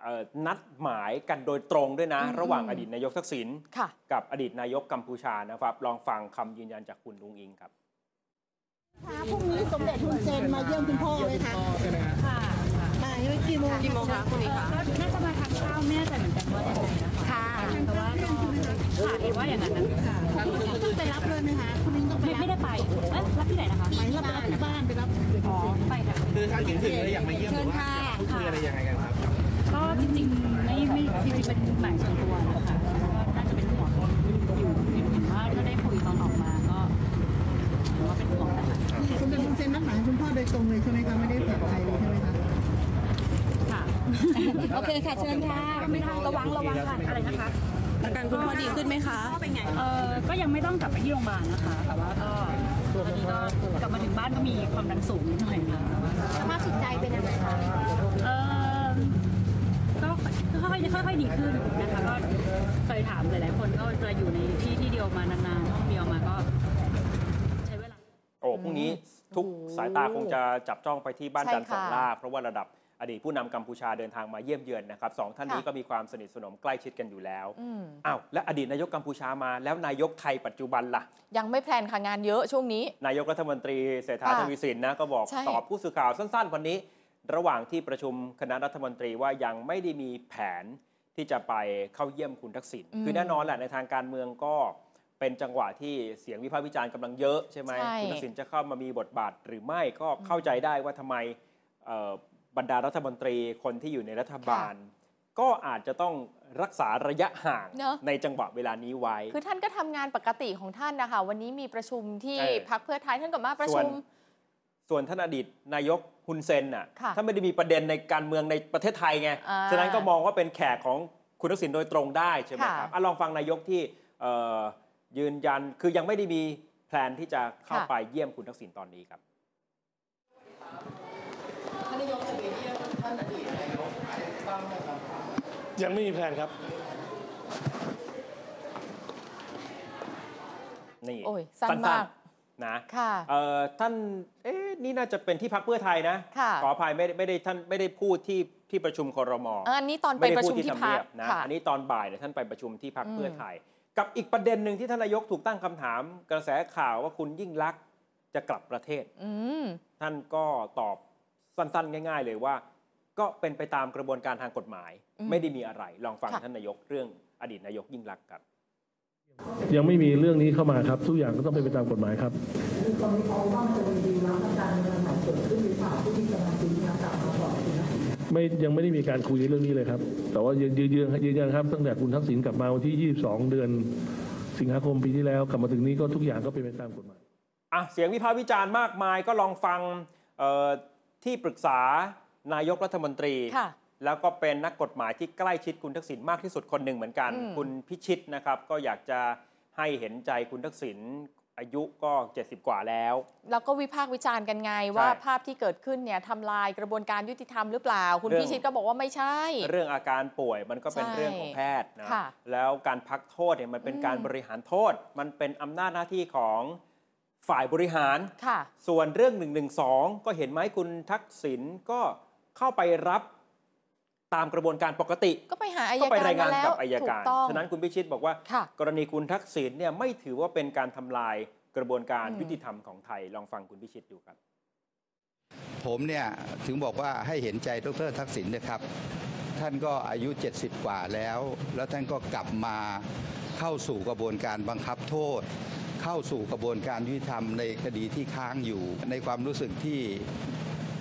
Speaker 2: เอ่อนัดหมายกันโดยตรงด้วยนะ
Speaker 3: อืม
Speaker 2: ระหว่างอดีตนายกทักษิณ
Speaker 3: ค่ะ
Speaker 2: กับอดีตนายกกัมพูชานะครับ ลองฟังคำยืนยันจากคุณลุงอิงครับ
Speaker 5: ค่ะพรุ่งนี้สมเด็จฮุนเซนมาเยี่ยมคุณพ่อไหมคะ
Speaker 6: ค่ะ
Speaker 5: มาเยี่ยมกี่โมง
Speaker 6: กี่โมงคะพรุ่งนี้คะ
Speaker 7: ก็น่าจะมาทานข้าวแม่แต่เหมือนกันว่ายังไงนะคะ
Speaker 6: ค่ะ
Speaker 7: แต่ว่าก็ค่ะเอว่าอย่างนั้นนะ
Speaker 5: ต้องไปรับเลยไหมคะคุณนิ้งต้องไปรับ
Speaker 7: ไม่ไม่ได้ไปเอ๊ะรับที่ไหนนะคะ
Speaker 5: ไหมรับไปรับที่บ้านไปรับ
Speaker 7: อ๋อไปค่ะ
Speaker 8: คือถ้าถึงถึงเลยอยากมาเยี่ยม
Speaker 6: เชิญ
Speaker 8: หรือว่า
Speaker 6: ค่ะ
Speaker 8: คุยอะไรยังไงกันครับ
Speaker 7: ก็จริงๆไม่ไม่จริงๆเป็นหมายส่วนตัวนะคะก็น่าจะเป็นห่วงอยู่เห็นว่าก็ได้คุยตอนออกมาก็ถือว่าเป็นห่วงนะคะ
Speaker 5: สมเด็จฮุนเซนนักหมายคุณพ่อโดยตรงเลยใช่ไหมคะ ไม่ได้เปิดใครเลยใช่ไหมคะ
Speaker 7: ค่ะ
Speaker 6: โอเคค่ะ เชิญค่ะ ไม่ได้ระวังระวังค่ะ
Speaker 7: อะไรนะคะ
Speaker 6: อาการคุณพ่อดีขึ้นไหมคะ
Speaker 7: เออก็ยังไม่ต้องกลับไปที่โรงพยาบาลนะคะแต่ว่าก็ตอนนี้ก็กลับมาถึงบ้านก็มีความดันสูงนิดหน่อยค่ะ
Speaker 6: สภาพจิตใจเป็นยังไงคะ
Speaker 7: เอ่อ ค่อยๆดีขึ้นนะคะก็เคยถามหลายๆคนก็จะอยู่ในที่ที่เดียวมานานๆห้องเดียวมาก็ใช้เวลา
Speaker 2: โอ้พรุ่งนี้ทุก
Speaker 3: โอ้โห
Speaker 2: สายตาคงจะจับจ้องไปที่บ้าน
Speaker 3: ใช่
Speaker 2: จันทร์สอง
Speaker 3: ค่ะ
Speaker 2: ล่าเพราะว่าระดับอดีตผู้นำกัมพูชาเดินทางมาเยี่ยมเยือนนะครับสองท่านนี้
Speaker 3: ค่ะ
Speaker 2: ก็มีความสนิทสนมใกล้ชิดกันอยู่แล้ว
Speaker 3: อืม
Speaker 2: อ้าวและอดีตนายกกัมพูชามาแล้วนายกไทยปัจจุบันล่ะ
Speaker 3: ยังไม่แพลนค่ะงานเยอะช่วงนี้
Speaker 2: นายกรัฐมนตรีเศรษฐา
Speaker 3: ค่ะ
Speaker 2: ทวีสินนะก็บอก
Speaker 3: ใช่
Speaker 2: ตอบผู้สื่อข่าวสั้น ๆ วันนี้ ระหว่างที่ประชุมคณะรัฐมนตรีว่ายังไม่ได้มีแผนที่จะไปเข้าเยี่ยมคุณทักษิณคือแน่นอนแหละในทางการเมืองก็เป็นจังหวะที่เสียงวิพากษ์วิจารณ์กำลังเยอะใช่ไหม
Speaker 3: ใช่
Speaker 2: คุณทักษิณจะเข้ามามีบทบาทหรือไม่ก็เข้าใจได้ว่าทำไมเอ่อบรรดารัฐมนตรีคนที่อยู่ในรัฐบาล ก็อาจจะต้องรักษาระยะห่าง
Speaker 3: เนอะ
Speaker 2: ในจังหวะเวลานี้ไว้
Speaker 3: คือท่านก็ทำงานปกติของท่านนะคะ วันนี้มีประชุมที่
Speaker 2: เออ
Speaker 3: พักเพื่อไทยท่านก็มาประ
Speaker 2: ส่
Speaker 3: ชุม
Speaker 2: วนส่วนท่านอดีตนายกฮุนเซนน่ะ
Speaker 3: ค่ะ
Speaker 2: ท่านไม่ได้มีประเด็นในการเมืองในประเทศไทยไง
Speaker 3: อ่า
Speaker 2: ฉะนั้นก็มองว่าเป็นแขกของคุณทักษิณโดยตรงได้ใช่ไหม
Speaker 3: ค่ะ
Speaker 2: ครับอะลองฟังนายกที่เอ่อยืนยันคือยังไม่ได้มีแพลนที่จะเข้า
Speaker 3: ค่ะ
Speaker 2: ไปเยี่ยมคุณทักษิณตอนนี้ครับ
Speaker 9: ยังไม่มีแผนครับ
Speaker 2: นี่
Speaker 3: โอ้ยสั้นมาก
Speaker 2: ๆนะ
Speaker 3: ค่ะ
Speaker 2: เอ่อท่านเอ๊ะนี่น่าจะเป็นที่พักเพื่อไทยนะ
Speaker 3: ค่ะ
Speaker 2: ขออภัยไม่ได้ไม่ได้ท่านไม่ได้พูดที่ที่ประชุมครม
Speaker 3: อันนี้ตอนไป
Speaker 2: ไม่ได้
Speaker 3: ประ
Speaker 2: พูด
Speaker 3: ชุม
Speaker 2: ที่
Speaker 3: ที่
Speaker 2: ทำ
Speaker 3: พั
Speaker 2: เนี
Speaker 3: ก
Speaker 2: ยบนะ
Speaker 3: ค่ะ
Speaker 2: อันนี้ตอนบ่ายเนี่ยท่านไปประชุมที่พัก
Speaker 3: อืม
Speaker 2: เพื่อไทย กับอีกประเด็นหนึ่งที่ท่านนายกถูกตั้งคำถาม กระแสข่าวว่าคุณยิ่งลักษณ์จะกลับประเทศ
Speaker 3: อืม
Speaker 2: ท่านก็ตอบสั้นๆ ง่าย ๆ เลยว่า ก็เป็นไปตามกระบวนการทางกฎหมาย
Speaker 3: อืม
Speaker 2: ไม่ได้มีอะไร ลองฟัง
Speaker 3: ค่ะ
Speaker 2: ท่านนายกเรื่องอดีตนายกยิ่งลักษณ์ครับ
Speaker 9: ยังไม่มีเรื่องนี้เข้ามาครับ ทุกอย่างก็ต้องเป็นไปตามกฎหมายครับ ไม่ยังไม่ได้มีการคุยในเรื่องนี้เลยครับ แต่ว่ายืนยืนยืนยืนยันครับตั้งแต่คุณทักษิณกลับมาวันที่ 22 เดือน สิงหาคมปีที่แล้วกลับมาถึงนี้ก็ทุกอย่างก็เป็นไปตามกฎหมาย
Speaker 2: อ่ะเสียงวิพากษ์วิจารณ์มากมายก็ลองฟังเอ่อที่ปรึกษานายกรัฐมนตรี
Speaker 3: ค่ะ
Speaker 2: แล้วก็เป็นนักกฎหมายที่ใกล้ชิดคุณทักษิณมากที่สุดคนหนึ่งเหมือนกัน
Speaker 3: อืม
Speaker 2: คุณพิชิตนะครับ ก็อยากจะให้เห็นใจคุณทักษิณอายุก็ 70 กว่าแล้ว
Speaker 3: แล้วก็วิพากษ์วิจารณ์กันไงว่า
Speaker 2: ใช่
Speaker 3: ภาพที่เกิดขึ้นเนี่ยทำลายกระบวนการยุติธรรมหรือเปล่า คุณ
Speaker 2: เรื่อง
Speaker 3: พิชิตก็บอกว่าไม่ใช่
Speaker 2: เรื่องอาการป่วยมันก็เป็น
Speaker 3: ใช่
Speaker 2: เรื่องของแพทย์นะ
Speaker 3: ค่ะ
Speaker 2: แล้วการพักโทษเนี่ยมันเป็น
Speaker 3: อืม
Speaker 2: การบริหารโทษ มันเป็นอำนาจหน้าที่ของฝ่ายบริหาร
Speaker 3: ค่ะ
Speaker 2: ส่วนเรื่อง1นึก็เห็นไหมคุณทักษิณก็เข้าไปรับตามกระบวนการปกติ
Speaker 3: ก็ไปหาอาย
Speaker 2: ก็ไป
Speaker 3: การ
Speaker 2: รายงาน
Speaker 3: มาแล้
Speaker 2: กั
Speaker 3: ว
Speaker 2: บอาย
Speaker 3: ถู
Speaker 2: กาก ร
Speaker 3: ต้อง
Speaker 2: ฉะนั้นคุณพิชิตบอกว่า
Speaker 3: ค่ะ
Speaker 2: กรณีคุณทักษิณเนี่ยไม่ถือว่าเป็นการทำลายกระบวนการ
Speaker 3: อืม
Speaker 2: ยุติธรรมของไทย ลองฟังคุณพิชิตดูครับ
Speaker 10: ผมเนี่ยถึงบอกว่าให้เห็นใจดรทักษิณนะครับ ท่านก็อายุ 70 กว่าแล้ว แล้วท่านก็กลับมาเข้าสู่กระบวนการบังคับโทษ เข้าสู่กระบวนการยุติธรรมในคดีที่ค้างอยู่ ในความรู้สึกที่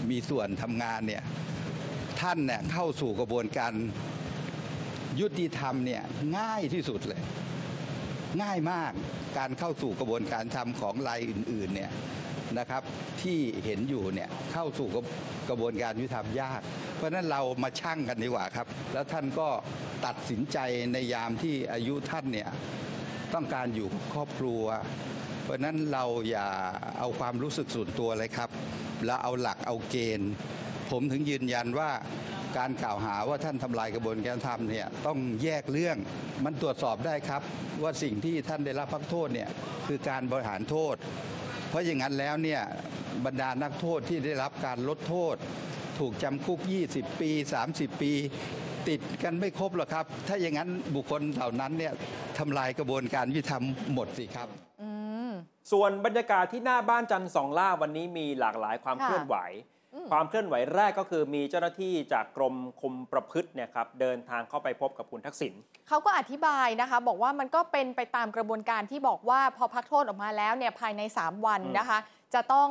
Speaker 10: มีส่วนทำงานเนี่ยท่านเนี่ยเข้าสู่กระบวนการยุติธรรมเนี่ยง่ายที่สุดเลย ง่ายมากการเข้าสู่กระบวนการทำของรายอื่นๆเนี่ยนะครับ ที่เห็นอยู่เนี่ยเข้าสู่กระกระบวนการยุติธรรมยาก เพราะฉะนั้นเรามาชั่งกันดีกว่าครับ แล้วท่านก็ตัดสินใจในยามที่อายุท่านเนี่ยต้องการอยู่กับครอบครัว เพราะฉะนั้นเราอย่าเอาความรู้สึกส่วนตัวเลยครับ แล้วเอาหลักเอาเกณฑ์ ผมถึงยืนยันว่าการกล่าวหาว่าท่านทำลายกระบวนการยุติธรรมเนี่ยต้องแยกเรื่องมันตรวจสอบได้ครับ ว่าสิ่งที่ท่านได้รับพักโทษเนี่ยคือการบริหารโทษ เพราะอย่างนั้นแล้วเนี่ยบรรดานักโทษที่ได้รับการลดโทษ ถูกจำคุก 20 ปี 30 ปี ติดกันไม่ครบหรอกครับ ถ้าอย่างนั้นบุคคลเหล่านั้นเนี่ยทำลายกระบวนการยุติธรรมหมดสิครับ
Speaker 3: อืม
Speaker 2: ส่วนบรรยากาศที่หน้าบ้านจันทร์สองล่าวันนี้มีหลากหลายความ
Speaker 3: ค่ะ
Speaker 2: เคลื่อนไหว
Speaker 3: อืม
Speaker 2: ความเคลื่อนไหวแรกก็คือมีเจ้าหน้าที่จากกรมคุมประพฤติเนี่ยครับเดินทางเข้าไปพบกับคุณทักษิณ
Speaker 3: เขาก็อธิบายนะคะ บอกว่ามันก็เป็นไปตามกระบวนการที่บอกว่าพอพักโทษออกมาแล้วเนี่ยภายใน 3 วัน
Speaker 2: อืม
Speaker 3: นะคะ จะต้อง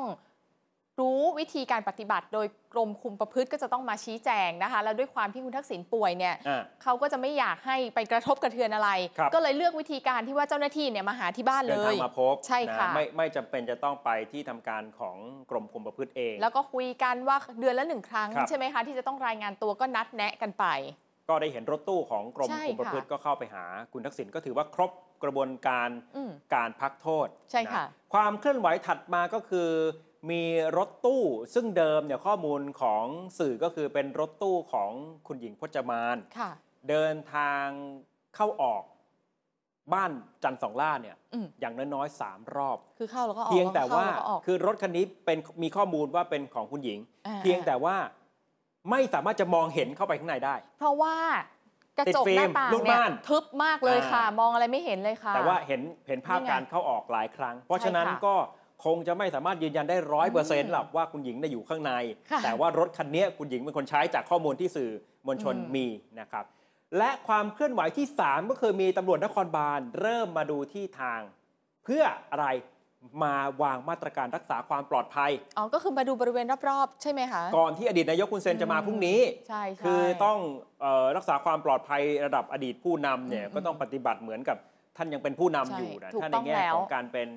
Speaker 3: รู้วิธีการปฏิบัติ โดยกรมคุมประพฤติก็จะต้องมาชี้แจงนะคะ แล้วด้วยความที่คุณทักษิณป่วยเนี่ย
Speaker 2: อ่า
Speaker 3: เขาก็จะไม่อยากให้ไปกระทบกระเทือนอะไร
Speaker 2: ครับ
Speaker 3: ก็เลยเลือกวิธีการที่ว่าเจ้าหน้าที่เนี่ยมาหาที่บ้าน
Speaker 2: เดิน
Speaker 3: เล
Speaker 2: ทาย งมาพบ
Speaker 3: ใช่ค่ะ
Speaker 2: นไม่ไม่จำเป็นจะต้องไปที่ทำการของกรมคุมประพฤติเอง
Speaker 3: แล้วก็คุยกันว่าเดือนละหนึ่งครั้ง
Speaker 2: ครับ
Speaker 3: ใช่ไหมคะ ที่จะต้องรายงานตัวก็นัดแนะกันไป
Speaker 2: ก็ได้เห็นรถตู้ของกรม
Speaker 3: ใช่
Speaker 2: คุมประพฤติ
Speaker 3: ค่ะ
Speaker 2: ก็เข้าไปหาคุณทักษิณก็ถือว่าครบกระบวนการ
Speaker 3: อืม
Speaker 2: การพักโทษ
Speaker 3: ใช่ค่ะ
Speaker 2: นความเคลื่อนไหวถัดมาก็คือ มีรถตู้ซึ่งเดิมเนี่ยข้อมูลของสื่อก็คือเป็นรถตู้ของคุณหญิงพจมาน
Speaker 3: ค่ะ
Speaker 2: เดินทางเข้าออกบ้านจันทร์สองล่าเนี่ย
Speaker 3: อืม
Speaker 2: อย่างน้อยๆสามรอบ
Speaker 3: คือเข้าแล้วก็ออก
Speaker 2: เพียงแต่ว่า
Speaker 3: เข้ล้ก็ออก
Speaker 2: คือรถคันนี้เป็นมีข้อมูลว่าเป็นของคุณหญิง
Speaker 3: อ่า
Speaker 2: เพียงแต่ว่าไม่สามารถจะมองเห็นเข้าไปข้างในได้
Speaker 3: เพราะว่ากระจก
Speaker 2: ติดฟิ
Speaker 3: ห
Speaker 2: ล์
Speaker 3: น้าม ต่าง
Speaker 2: ลูก
Speaker 3: เนี่ย
Speaker 2: ม่าน
Speaker 3: ทึบมากเลย
Speaker 2: อ่า
Speaker 3: ค่ะ
Speaker 2: ม ม
Speaker 3: องอะไรไม่เห็นเลยค่ะ
Speaker 2: แต่ว่าเห็นเห็นภาพ
Speaker 3: นี่ไง
Speaker 2: การเข้าออกหลายครั้ง เพราะ
Speaker 3: ใช่
Speaker 2: ฉะนั้น
Speaker 3: ค่ะ
Speaker 2: ก็คงจะไม่สามารถยืนยันได้ร้อยเปอร์เซ็น
Speaker 3: อื
Speaker 2: ต์
Speaker 3: ม
Speaker 2: หรอกว่าคุณหญิงได้อยู่ข้างใน
Speaker 3: ค่ะ
Speaker 2: แต่ว่ารถคันเนี้ยคุณหญิงเป็นคนใช้จากข้อมูลที่สื่อมวลชน
Speaker 3: อืม
Speaker 2: มีนะครับ และความเคลื่อนไหวที่ 3 ก็คือมีตำรวจนครบาลเริ่มมาดูที่ทาง เพื่ออะไรมาวางมาตรการรักษาความปลอดภัย
Speaker 3: อ๋อก็คือมาดูบริเวณรอบๆ ใช่ไหมคะ
Speaker 2: ก่อนที่อดีตนายกคุณเซนจะมาพรุ่งนี้
Speaker 3: ใช่ใช่
Speaker 2: คือต้องเออรักษาความปลอดภัยระดับอดีตผู้นำเนี่ย
Speaker 3: อืม
Speaker 2: ก็ต้องปฏิบัติเหมือนกับท่านยังเป็นผู้นำ
Speaker 3: ใช่
Speaker 2: อยู่นะ
Speaker 3: ถูก
Speaker 2: ท่าน
Speaker 3: ต้
Speaker 2: ใน
Speaker 3: อง
Speaker 2: แง่
Speaker 3: แล้
Speaker 2: ข
Speaker 3: ว
Speaker 2: องการเป็น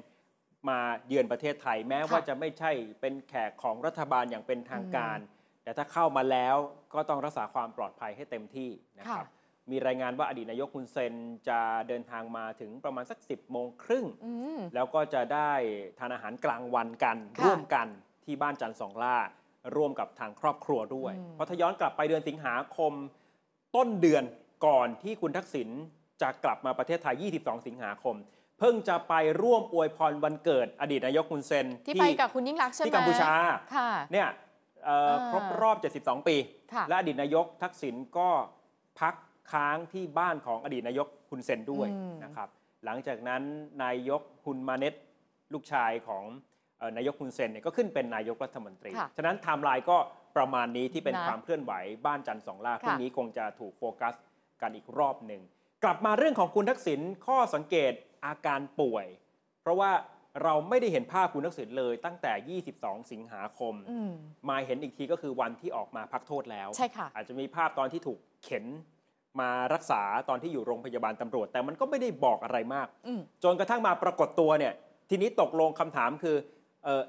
Speaker 2: มาเยือนประเทศไทย แม้
Speaker 3: ค่ะ
Speaker 2: ว่าจะไม่ใช่เป็นแขกของรัฐบาลอย่างเป็นทางการ แต่ถ้าเข้ามาแล้วก็ต้องรักษาความปลอดภัยให้เต็มที่นะครับ
Speaker 3: ค่
Speaker 2: มีรายงานว่าอดีตนายกคุณเซนจะเดินทางมาถึงประมาณสัก 10บโมงครึ่ง
Speaker 3: อืม
Speaker 2: แล้วก็จะได้ทานอาหารกลางวันกัน
Speaker 3: ค่ะ
Speaker 2: ร่วมกันที่บ้านจันทร์สองล่า ร่วมกับทางครอบครัวด้วย
Speaker 3: อืม
Speaker 2: เพราะถ้าย้อนกลับไปเดือนสิงหาคม ต้นเดือนก่อนที่คุณทักษิณจะกลับมาประเทศไทย 22 สิงหาคม เพิ่งจะไปร่วมอวยพรวันเกิดอดีตนายกคุณเซน
Speaker 3: ที่ไปกับคุณยิ่งรักษณ์ใช่ไหม
Speaker 2: ที่กัมพูชา
Speaker 3: ค่ะ
Speaker 2: เนี่ยเอ่อ
Speaker 3: อ่า
Speaker 2: ครบรอบ 72 ปี
Speaker 3: ค่ะ
Speaker 2: และอดีตนายกทักษิณก็พักค้างที่บ้านของอดีตนายกคุณเซนด้วยนะครับ หลังจากนั้นนายกคุณมาเน็ตลูกชายของเอ่อนายกคุณเซนเนี่ยก็ขึ้นเป็นนายกรัฐมนตรี
Speaker 3: ค่ะ
Speaker 2: ฉะนั้นไทม์ไลน์ก็ประมาณนี้ที่เป็น
Speaker 3: นะ
Speaker 2: ความเคลื่อนไหวบ้านจันทร์สองล่า
Speaker 3: ค่ะ
Speaker 2: พรุ่งนี้คงจะถูกโฟกัสกันอีกรอบหนึ่ง กลับมาเรื่องของคุณทักษิณข้อสังเกตอาการป่วย เพราะว่าเราไม่ได้เห็นภาพคุณทักษิณเลยตั้งแต่ 22 สิงหาคม
Speaker 3: อืม
Speaker 2: มาเห็นอีกทีก็คือวันที่ออกมาพักโทษแล้ว
Speaker 3: ใช่ค่ะ
Speaker 2: อาจจะมีภาพตอนที่ถูกเข็นมารักษาตอนที่อยู่โรงพยาบาลตำรวจ แต่มันก็ไม่ได้บอกอะไรมาก
Speaker 3: อืม
Speaker 2: จนกระทั่งมาปรากฏตัวเนี่ย ทีนี้ตกลงคำถามคือเออ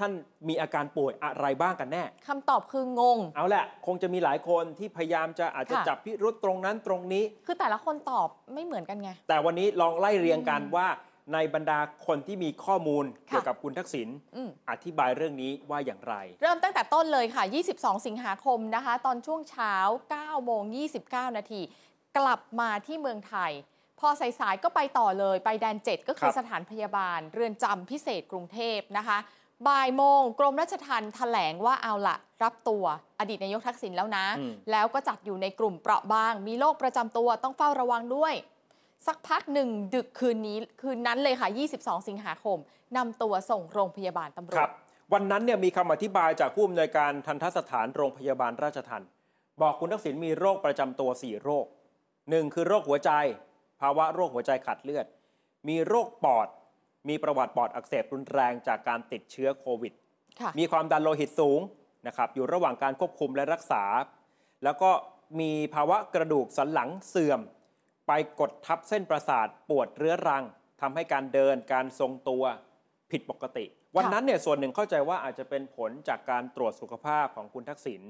Speaker 2: ท่านมีอาการป่วยอะไรบ้างกันแน่
Speaker 3: คำตอบคืองง
Speaker 2: เอาแหละคงจะมีหลายคนที่พยายามจะอาจจะ
Speaker 3: ค่ะ
Speaker 2: จับพิรุษตรงนั้นตรงนี้
Speaker 3: คือแต่ละคนตอบไม่เหมือนกันไง
Speaker 2: แต่วันนี้ลองไล่เรียงกันว่าในบรรดาคนที่มีข้อมูลเกี่ยวกับคุณทักษิณ
Speaker 3: อืม
Speaker 2: อธิบายเรื่องนี้ว่าอย่างไร
Speaker 3: เริ่มตั้งแต่ต้นเลยค่ะ 22 สิงหาคมนะคะ ตอนช่วงเช้า9โมง29 นาที กลับมาที่เมืองไทย พอสายๆก็ไปต่อเลย ไปแดน 7 ก็
Speaker 2: ค
Speaker 3: คือ
Speaker 2: รับ
Speaker 3: สถานพยาบาล เรือนจำพิเศษกรุงเทพนะคะ บ่ายโมงกรมราชทัณฑ์แถลงว่าเอาละรับตัวอดีตนายกทักษิณแล้วนะ
Speaker 2: อืม
Speaker 3: แล้วก็จัดอยู่ในกลุ่มเปราะบาง มีโรคประจำตัวต้องเฝ้าระวังด้วย สักพักหนึ่งดึกคืนนี้คืนนั้นเลยค่ะ 22 สิงหาคมนำตัวส่งโรงพยาบาลตำร
Speaker 2: คว รั
Speaker 3: จ
Speaker 2: บวันนั้นเนี่ยมีคำอธิบายจากผู้อำนวยการทันทสถานโรงพยาบาลราชทันบอกคุณทักษิณมีโรคประจำตัว 4 โรค 1 คือโรคหัวใจ ภาวะโรคหัวใจขาดเลือด มีโรคปอด มีประวัติปอดอักเสบรุนแรงจากการติดเชื้อโควิด
Speaker 3: ค่ะ
Speaker 2: มีความดันโลหิตสูงนะครับอยู่ระหว่างการควบคุมและรักษา แล้วก็มีภาวะกระดูกสันหลังเสื่อม ไปกดทับเส้นประสาทปวดเรื้อรังทำให้การเดินการทรงตัวผิดปกติ วันนั้นเนี่ยส่วนหนึ่งเข้าใจว่าอาจจะเป็นผลจากการตรวจสุขภาพของคุณทักษิณ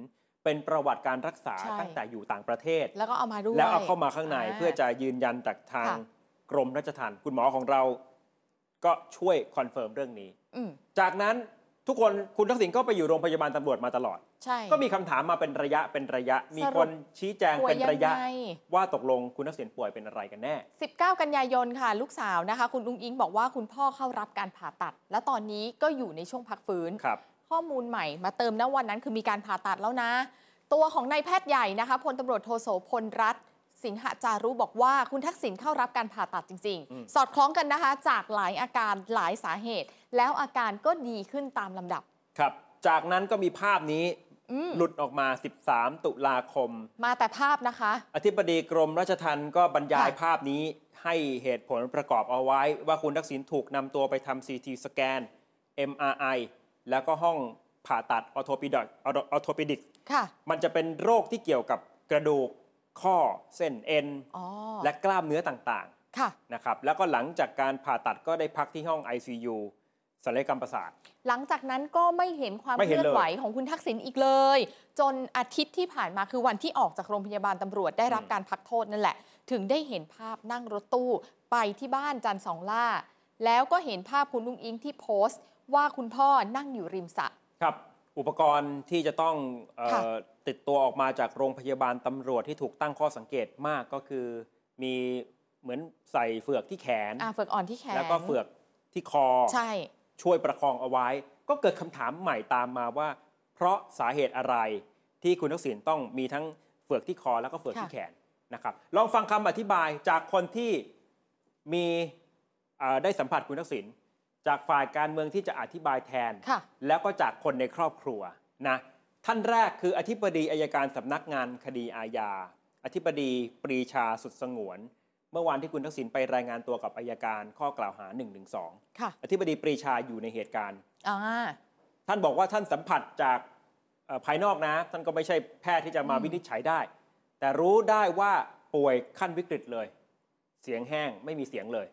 Speaker 2: เป็นประวัติการรักษา
Speaker 3: ใช่
Speaker 2: ตั้งแต่อยู่ต่างประเทศ
Speaker 3: แล้วก็เอามาด้วย
Speaker 2: แล้วเอาเข้ามาข้างในเพื่อจะยืนยันจากทาง
Speaker 3: ค่ะ
Speaker 2: กรมราชทัณฑ์คุณหมอของเราก็ช่วยคอนเฟิร์มเรื่องนี้
Speaker 3: อืม
Speaker 2: จากนั้นทุกคนคุณทักษิณก็ไปอยู่โรงพยาบาลตำรวจมาตลอด
Speaker 3: ใช่
Speaker 2: ก็มีคำถามมาเป็นระยะเป็นระยะ มีคนชี้แจง
Speaker 3: ป่วย
Speaker 2: เป็นระยะ
Speaker 3: ยังไง
Speaker 2: ว่าตกลงคุณทักษิณป่วยเป็นอะไรกันแน่
Speaker 3: 19 กันยายนค่ะ ลูกสาวนะคะ คุณอุ้งอิงบอกว่าคุณพ่อเข้ารับการผ่าตัด และตอนนี้ก็อยู่ในช่วงพักฟื้น
Speaker 2: ครับ
Speaker 3: ข้อมูลใหม่มาเติมณวันนั้นคือมีการผ่าตัดแล้วนะ ตัวของนายแพทย์ใหญ่นะคะพลตำรวจโทโสพลรัตน์สิงหจารุบอกว่าคุณทักษิณเข้ารับการผ่าตัดจริง
Speaker 2: อืม
Speaker 3: ๆ สอดคล้องกันนะคะ จากหลายอาการหลายสาเหตุ แล้วอาการก็ดีขึ้นตามลำดับ
Speaker 2: ครับ จากนั้นก็มีภาพนี้
Speaker 3: อืม
Speaker 2: หลุดออกมา 13 ตุลาคม
Speaker 3: มาแต่ภาพนะคะ
Speaker 2: อธิบดีกรมราชทัณฑ์ก็บรรยาย
Speaker 3: ค่ะ
Speaker 2: ภาพนี้ให้เหตุผลประกอบเอาไว้ ว่าคุณทักษิณถูกนำตัวไปทำซีทีสแกน MRI แล้วก็ห้องผ่าตัดออโทปิดออโทปิดิก
Speaker 3: ค่ะ
Speaker 2: มันจะเป็นโรคที่เกี่ยวกับกระดูกข้อเส้นเอ็น
Speaker 3: อ๋อ
Speaker 2: และกล้ามเนื้อต่าง
Speaker 3: ค่ะ
Speaker 2: ๆนะครับ แล้วก็หลังจากการผ่าตัดก็ได้พักที่ห้อง ICU ศัลยกรรมประสาท
Speaker 3: หลังจากนั้นก็ไม่เห็นความ
Speaker 2: ไม่
Speaker 3: เค
Speaker 2: เห็น
Speaker 3: ลื่อน
Speaker 2: เลย
Speaker 3: ไหวของคุณทักษิณอีกเลย จนอาทิตย์ที่ผ่านมาคือวันที่ออกจากโรงพยาบาลตำรวจได้รับ
Speaker 2: อืม
Speaker 3: การพักโทษนั่นแหละ ถึงได้เห็นภาพนั่งรถตู้ไปที่บ้านจันทร์สองล่า แล้วก็เห็นภาพคุณลุงอิงที่โพสต์ ว่าคุณพ่อนั่งอยู่ริมสระ
Speaker 2: ครับ อุปกรณ์ที่จะต้องเออ
Speaker 3: ค่ะ
Speaker 2: ติดตัวออกมาจากโรงพยาบาลตำรวจที่ถูกตั้งข้อสังเกตมากก็คือมีเหมือนใส่เฟือกที่แขน
Speaker 3: อ่าเฟือกอ่อนที่แขน
Speaker 2: แล้วก็เฟือกที่คอ
Speaker 3: ใช่
Speaker 2: ช่วยประคองเอาไว้ ก็เกิดคำถามใหม่ตามมาว่า เพราะสาเหตุอะไรที่คุณทักษิณต้องมีทั้งเฟือกที่คอแล้วก็เฟือกที่
Speaker 3: ค่ะ
Speaker 2: แขนนะครับลองฟังคำอธิบายจากคนที่มีเอ่อได้สัมผัสคุณทักษิณจากฝ่ายการเมืองที่จะอธิบายแทน
Speaker 3: ค่ะ
Speaker 2: แล้วก็จากคนในครอบครัวนะท่านแรกคืออธิบดีอายการสำนักงานคดีอาญาอธิบดีปรีชาสุดสงวน เมื่อวานที่คุณทักษิณไปรายงานตัวกับอายการข้อกล่าวหา1นึ
Speaker 3: ค่ะ
Speaker 2: อธิบดีปรีชาอยู่ในเหตุการณ์
Speaker 3: อ่า
Speaker 2: ท่านบอกว่าท่านสัมผัสจากเอ่อภายนอกนะ ท่านก็ไม่ใช่แพทย์ที่จะมา
Speaker 3: อืม
Speaker 2: วินิจฉัยได้ แต่รู้ได้ว่าป่วยขั้นวิกฤตเลย เสียงแห้งไม่มีเสียงเลย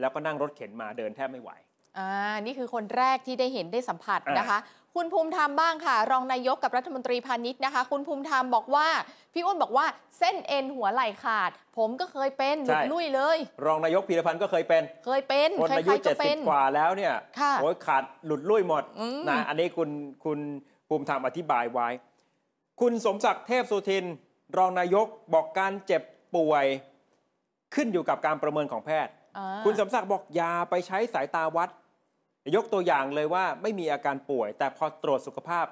Speaker 2: แล้วก็นั่งรถเข็นมาเดินแทบไม่ไหว
Speaker 3: อ่า นี่คือคนแรกที่ได้เห็นได้สัมผัส
Speaker 2: อ่าน
Speaker 3: นะคะ คุณภูมิธรรมบ้างค่ะ รองนายกกับรัฐมนตรีพาณิชย์นะคะ คุณภูมิธรรมบอกว่า พี่อ้วนบอกว่าเส้นเอ็นหัวไหล่ขาด ผมก็เคยเป็นหลุ
Speaker 2: ใช่
Speaker 3: ดลุ่ยเลย
Speaker 2: รองนายกพีรพันธ์ก็เคยเป็น
Speaker 3: เคยเป็น
Speaker 2: คน
Speaker 3: ใคร
Speaker 2: อายุ
Speaker 3: ๆก็เป็น
Speaker 2: 70 กว่าแล้วเนี่ย
Speaker 3: ค่ะ
Speaker 2: โอ้ยขาดหลุดลุ่ยหมด
Speaker 3: อืม
Speaker 2: นะอันนี้คุณคุณภูมิธรรมอธิบายไว้ คุณสมศักดิ์เทพสุทิน รองนายกบอกการเจ็บป่วย ขึ้นอยู่กับการประเมินของแพทย์
Speaker 3: อ่า
Speaker 2: คุณสมศักดิ์บอกอยาไปใช้สายตาวัด ยกตัวอย่างเลยว่าไม่มีอาการป่วย แต่พอตรวจสุขภาพ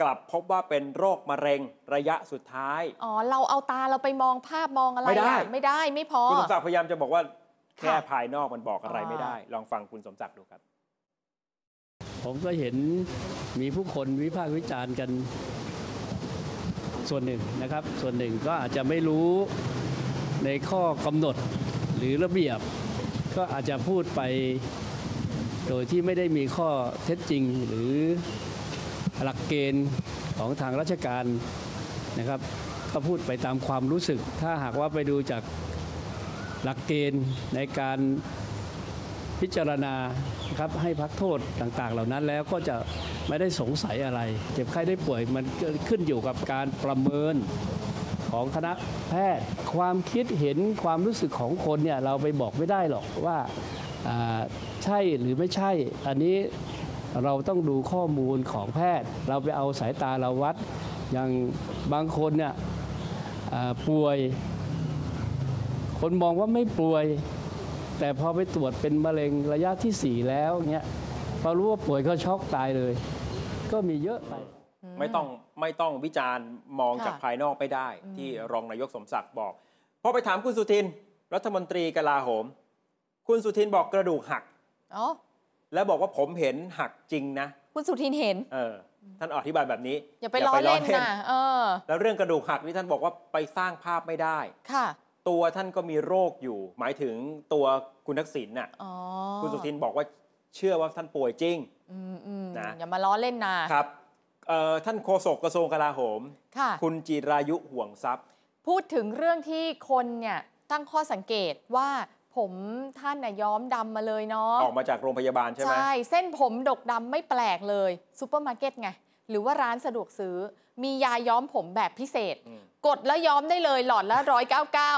Speaker 2: กลับพบว่าเป็นโรคมะเร็งระยะสุดท้าย
Speaker 3: อ๋อ เราเอาตาเราไปมองภาพมองอะไร
Speaker 2: ไม่ได้
Speaker 3: อะไม่ได้ไม่พอ
Speaker 2: คุณสมศักดิ์พยายามจะบอกว่าแค่
Speaker 3: ค่ะ
Speaker 2: ภายนอกมันบอกอะไรไม่
Speaker 3: อ่า
Speaker 2: ได้ ลองฟังคุณสมศักดิ์ดูครับ
Speaker 11: ผมก็เห็นมีผู้คนวิพากษ์วิจารณ์กันส่วนหนึ่งนะครับ ส่วนหนึ่งก็อาจจะไม่รู้ในข้อกำหนดหรือระเบียบ ก็อาจจะพูดไปโดยที่ไม่ได้มีข้อเท็จจริง หรือหลักเกณฑ์ของทางราชการนะครับ ก็พูดไปตามความรู้สึก ถ้าหากว่าไปดูจากหลักเกณฑ์ในการ พิจารณานะครับให้พักโทษต่างๆ เหล่านั้นแล้วก็จะไม่ได้สงสัยอะไร เจ็บไข้ได้ป่วยมันก็ขึ้นอยู่กับการประเมินของคณะแพทย์ ความคิดเห็นความรู้สึกของคนเนี่ยเราไปบอกไม่ได้หรอกว่าอ่าใช่หรือไม่ใช่ อันนี้เราต้องดูข้อมูลของแพทย์ เราไปเอาสายตาเราวัดอย่างบางคนเนี่ยอ่าป่วย คนมองว่าไม่ป่วย แต่พอไปตรวจเป็นมะเร็งระยะทีสี่ 4 แล้วเงี้ยพอรู้ว่าป่วยก็ช็อกตายเลย ก็มีเยอะไป
Speaker 2: ไม่ต้องไม่ต้องวิจารณ์มอง
Speaker 11: ค่ะ
Speaker 2: จากภายนอกไปได้ ที่รองนายกสมศักดิ์บอกพอไปถามคุณสุทิน รัฐมนตรีกลาโหม คุณสุทินบอกกระดูกหัก
Speaker 3: อ๋อ
Speaker 2: แล้วบอกว่าผมเห็นหักจริงนะ
Speaker 3: คุณสุทินเห็น
Speaker 2: เออ ท่านอธิบายแบบนี้
Speaker 3: อย่าไปล้อเล่นนะเออ
Speaker 2: แล้วเรื่องกระดูกหักนี่ท่านบอกว่าไปสร้างภาพไม่ได้
Speaker 3: ค่ะ
Speaker 2: ตัวท่านก็มีโรคอยู่ หมายถึงตัวคุณทักษิณน่ะ
Speaker 3: อ๋อ
Speaker 2: คุณสุทินบอกว่าเชื่อว่าท่านป่วยจริง
Speaker 3: อืมอืม
Speaker 2: นะ
Speaker 3: อย่ามาล้อเล่นนะครับ
Speaker 2: เอ่อท่านโฆษกกระทรวงกลาโหม
Speaker 3: ค่ะ
Speaker 2: คุณจิรายุห่วงทรัพย์
Speaker 3: พูดถึงเรื่องที่คนเนี่ยตั้งข้อสังเกตว่าผมท่านน่ะย้อมดำมาเลยเนาะ
Speaker 2: ออกมาจากโรงพยาบาลใช่ไหม
Speaker 3: เส้นผมดกดำไม่แปลกเลยซูเปอร์มาร์เก็ตไง หรือว่าร้านสะดวกซื้อ มียาย้อมผมแบบพิเศษ
Speaker 2: อืม
Speaker 3: กดแล้วย้อมได้เลยหลอดละร้อยเก้าเก้า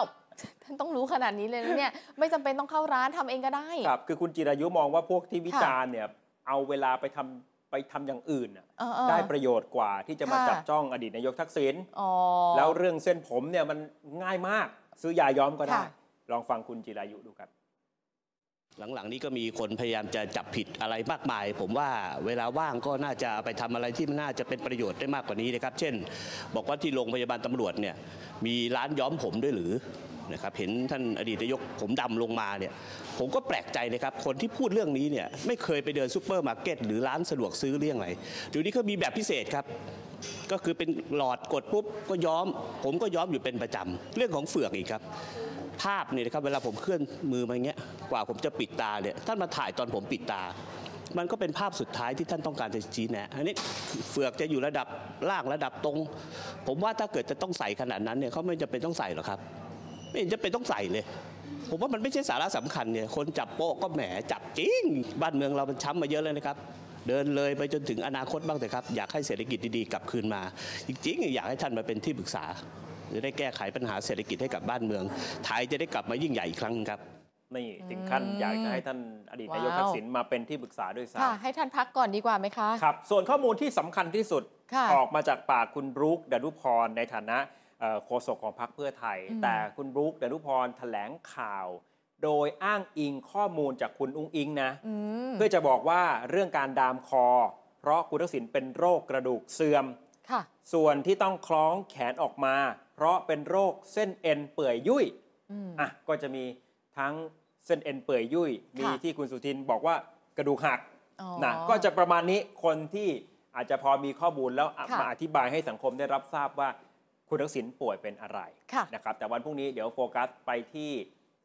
Speaker 3: ท่านต้องรู้ขนาดนี้เลยนะเนี่ย ไม่จำเป็นต้องเข้าร้านทำเองก็ได้
Speaker 2: ครับ คือคุณจิรายุมองว่าพวกที่วิจารณ์เนี่ย เอาเวลาไปทำไปทำอย่างอื่นน่ะ
Speaker 3: เออเออ
Speaker 2: ได้ประโยชน์กว่าที่จะมา
Speaker 3: ค่ะ
Speaker 2: จับจ้องอดีตนายกทักษิณ
Speaker 3: อ๋อ
Speaker 2: แล้วเรื่องเส้นผมเนี่ยมันง่ายมาก ซื้อยาย้อมก็ได้
Speaker 3: ค่ะ
Speaker 2: ลองฟังคุณจิรายุดูครับ
Speaker 12: หลังๆนี้ก็มีคนพยายามจะจับผิดอะไรมากมาย ผมว่าเวลาว่างก็น่าจะไปทำอะไรที่มันน่าจะเป็นประโยชน์ได้มากกว่านี้นะครับ เช่น บอกว่าที่โรงพยาบาลตำรวจเนี่ยมีร้านย้อมผมด้วยหรือนะครับเห็นท่านอดีตนายกผมดำลงมาเนี่ยผมก็แปลกใจนะครับ คนที่พูดเรื่องนี้เนี่ยไม่เคยไปเดินซูเปอร์มาร์เก็ตหรือร้านสะดวกซื้อเรื่องไหนเดี๋ยวนี้เขามีแบบพิเศษครับ ก็คือเป็นหลอดกดปุ๊บก็ย้อม ผมก็ย้อมอยู่เป็นประจำเรื่องของเฟือกอีกครับ ภาพเนี่ยนะครับเวลาผมเคลื่อนมือมาอย่างเงี้ยกว่าผมจะปิดตาเนี่ยท่านมาถ่ายตอนผมปิดตา มันก็เป็นภาพสุดท้ายที่ท่านต้องการจะชี้แนะอันนี้เฟือกจะอยู่ระดับล่างระดับตรง ผมว่าถ้าเกิดจะต้องใส่ขนาดนั้นเนี่ยเขาไม่จำเป็นต้องใส่หรอกครับ ไม่เห็นจะเป็นต้องใส่เลย ผมว่ามันไม่ใช่สาระสำคัญเนี่ยคนจับโป๊ะก็แหมจับจริง บ้านเมืองเรามันช้ำมาเยอะเลยนะครับ เดินเลยไปจนถึงอนาคตบ้างเถอะครับ อยากให้เศรษฐกิจดีๆกลับคืนมา จริงๆ อยากให้ท่านมาเป็นที่ปรึกษาจะได้แก้ไขปัญหาเศรษฐกิจให้กับบ้านเมือง ไทยจะได้กลับมายิ่งใหญ่อีกครั้งครับ
Speaker 2: นี่ถึงขั้น
Speaker 3: อืม
Speaker 2: อยากจะให้ท่านอดีตนายก
Speaker 3: ว้าว
Speaker 2: ทักษิณมาเป็นที่ปรึกษาด้วยซ้
Speaker 3: ค่ะ ให้ท่านพักก่อนดีกว่าไหมคะ
Speaker 2: ำครับ ส่วนข้อมูลที่สำคัญที่สุด
Speaker 3: ค่ะ
Speaker 2: ออกมาจากปากคุณบรุกดานุพรในฐานะเอ่อโฆษกของพรรคเพื่อไทย
Speaker 3: อืม
Speaker 2: แต่คุณบรุกดานุพรแถลงข่าว โดยอ้างอิงข้อมูลจากคุณอุ้งอิงนะ
Speaker 3: อืม
Speaker 2: เพื่อจะบอกว่าเรื่องการดามคอ เพราะคุณทักษิณเป็นโรคกระดูกเสื่อม
Speaker 3: ค่ะ
Speaker 2: ส่วนที่ต้องคล้องแขนออกมา เพราะเป็นโรคเส้นเอ็นเปื่อยยุ่ย
Speaker 3: อืม
Speaker 2: อ่ะก็จะมีทั้งเส้นเอ็นเปื่อยยุ่ยมี
Speaker 3: ค่ะ
Speaker 2: ที่คุณสุทินบอกว่ากระดูกหัก
Speaker 3: อ๋อ
Speaker 2: นะก็จะประมาณนี้คนที่อาจจะพอมีข้อมูลแล้วอ่ะ
Speaker 3: ค่ะ
Speaker 2: มาอธิบายให้สังคมได้รับทราบว่าคุณทักษิณป่วยเป็นอะไร
Speaker 3: ค่ะ
Speaker 2: นะครับแต่วันพรุ่งนี้เดี๋ยวโฟกัสไปที่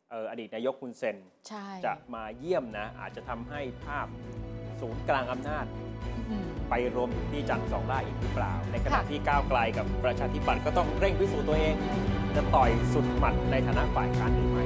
Speaker 2: เอ่ออดีตนายกคุณเซน
Speaker 3: ใช่
Speaker 2: จะมาเยี่ยมนะ อาจจะทำให้ภาพศูนย์กลางอำนาจ
Speaker 3: อืม
Speaker 2: ไปรวมอยู่ที่จันทร์สองได้อีกหรือเปล่า ในขณะ
Speaker 3: ค่ะ
Speaker 2: ที่ก้าวไกลกับประชาธิปัตย์ก็ต้องเร่งพิสูจน์ตัวเอง จะต่อยสุดหมัดในฐานะฝ่ายค้านหรือไม่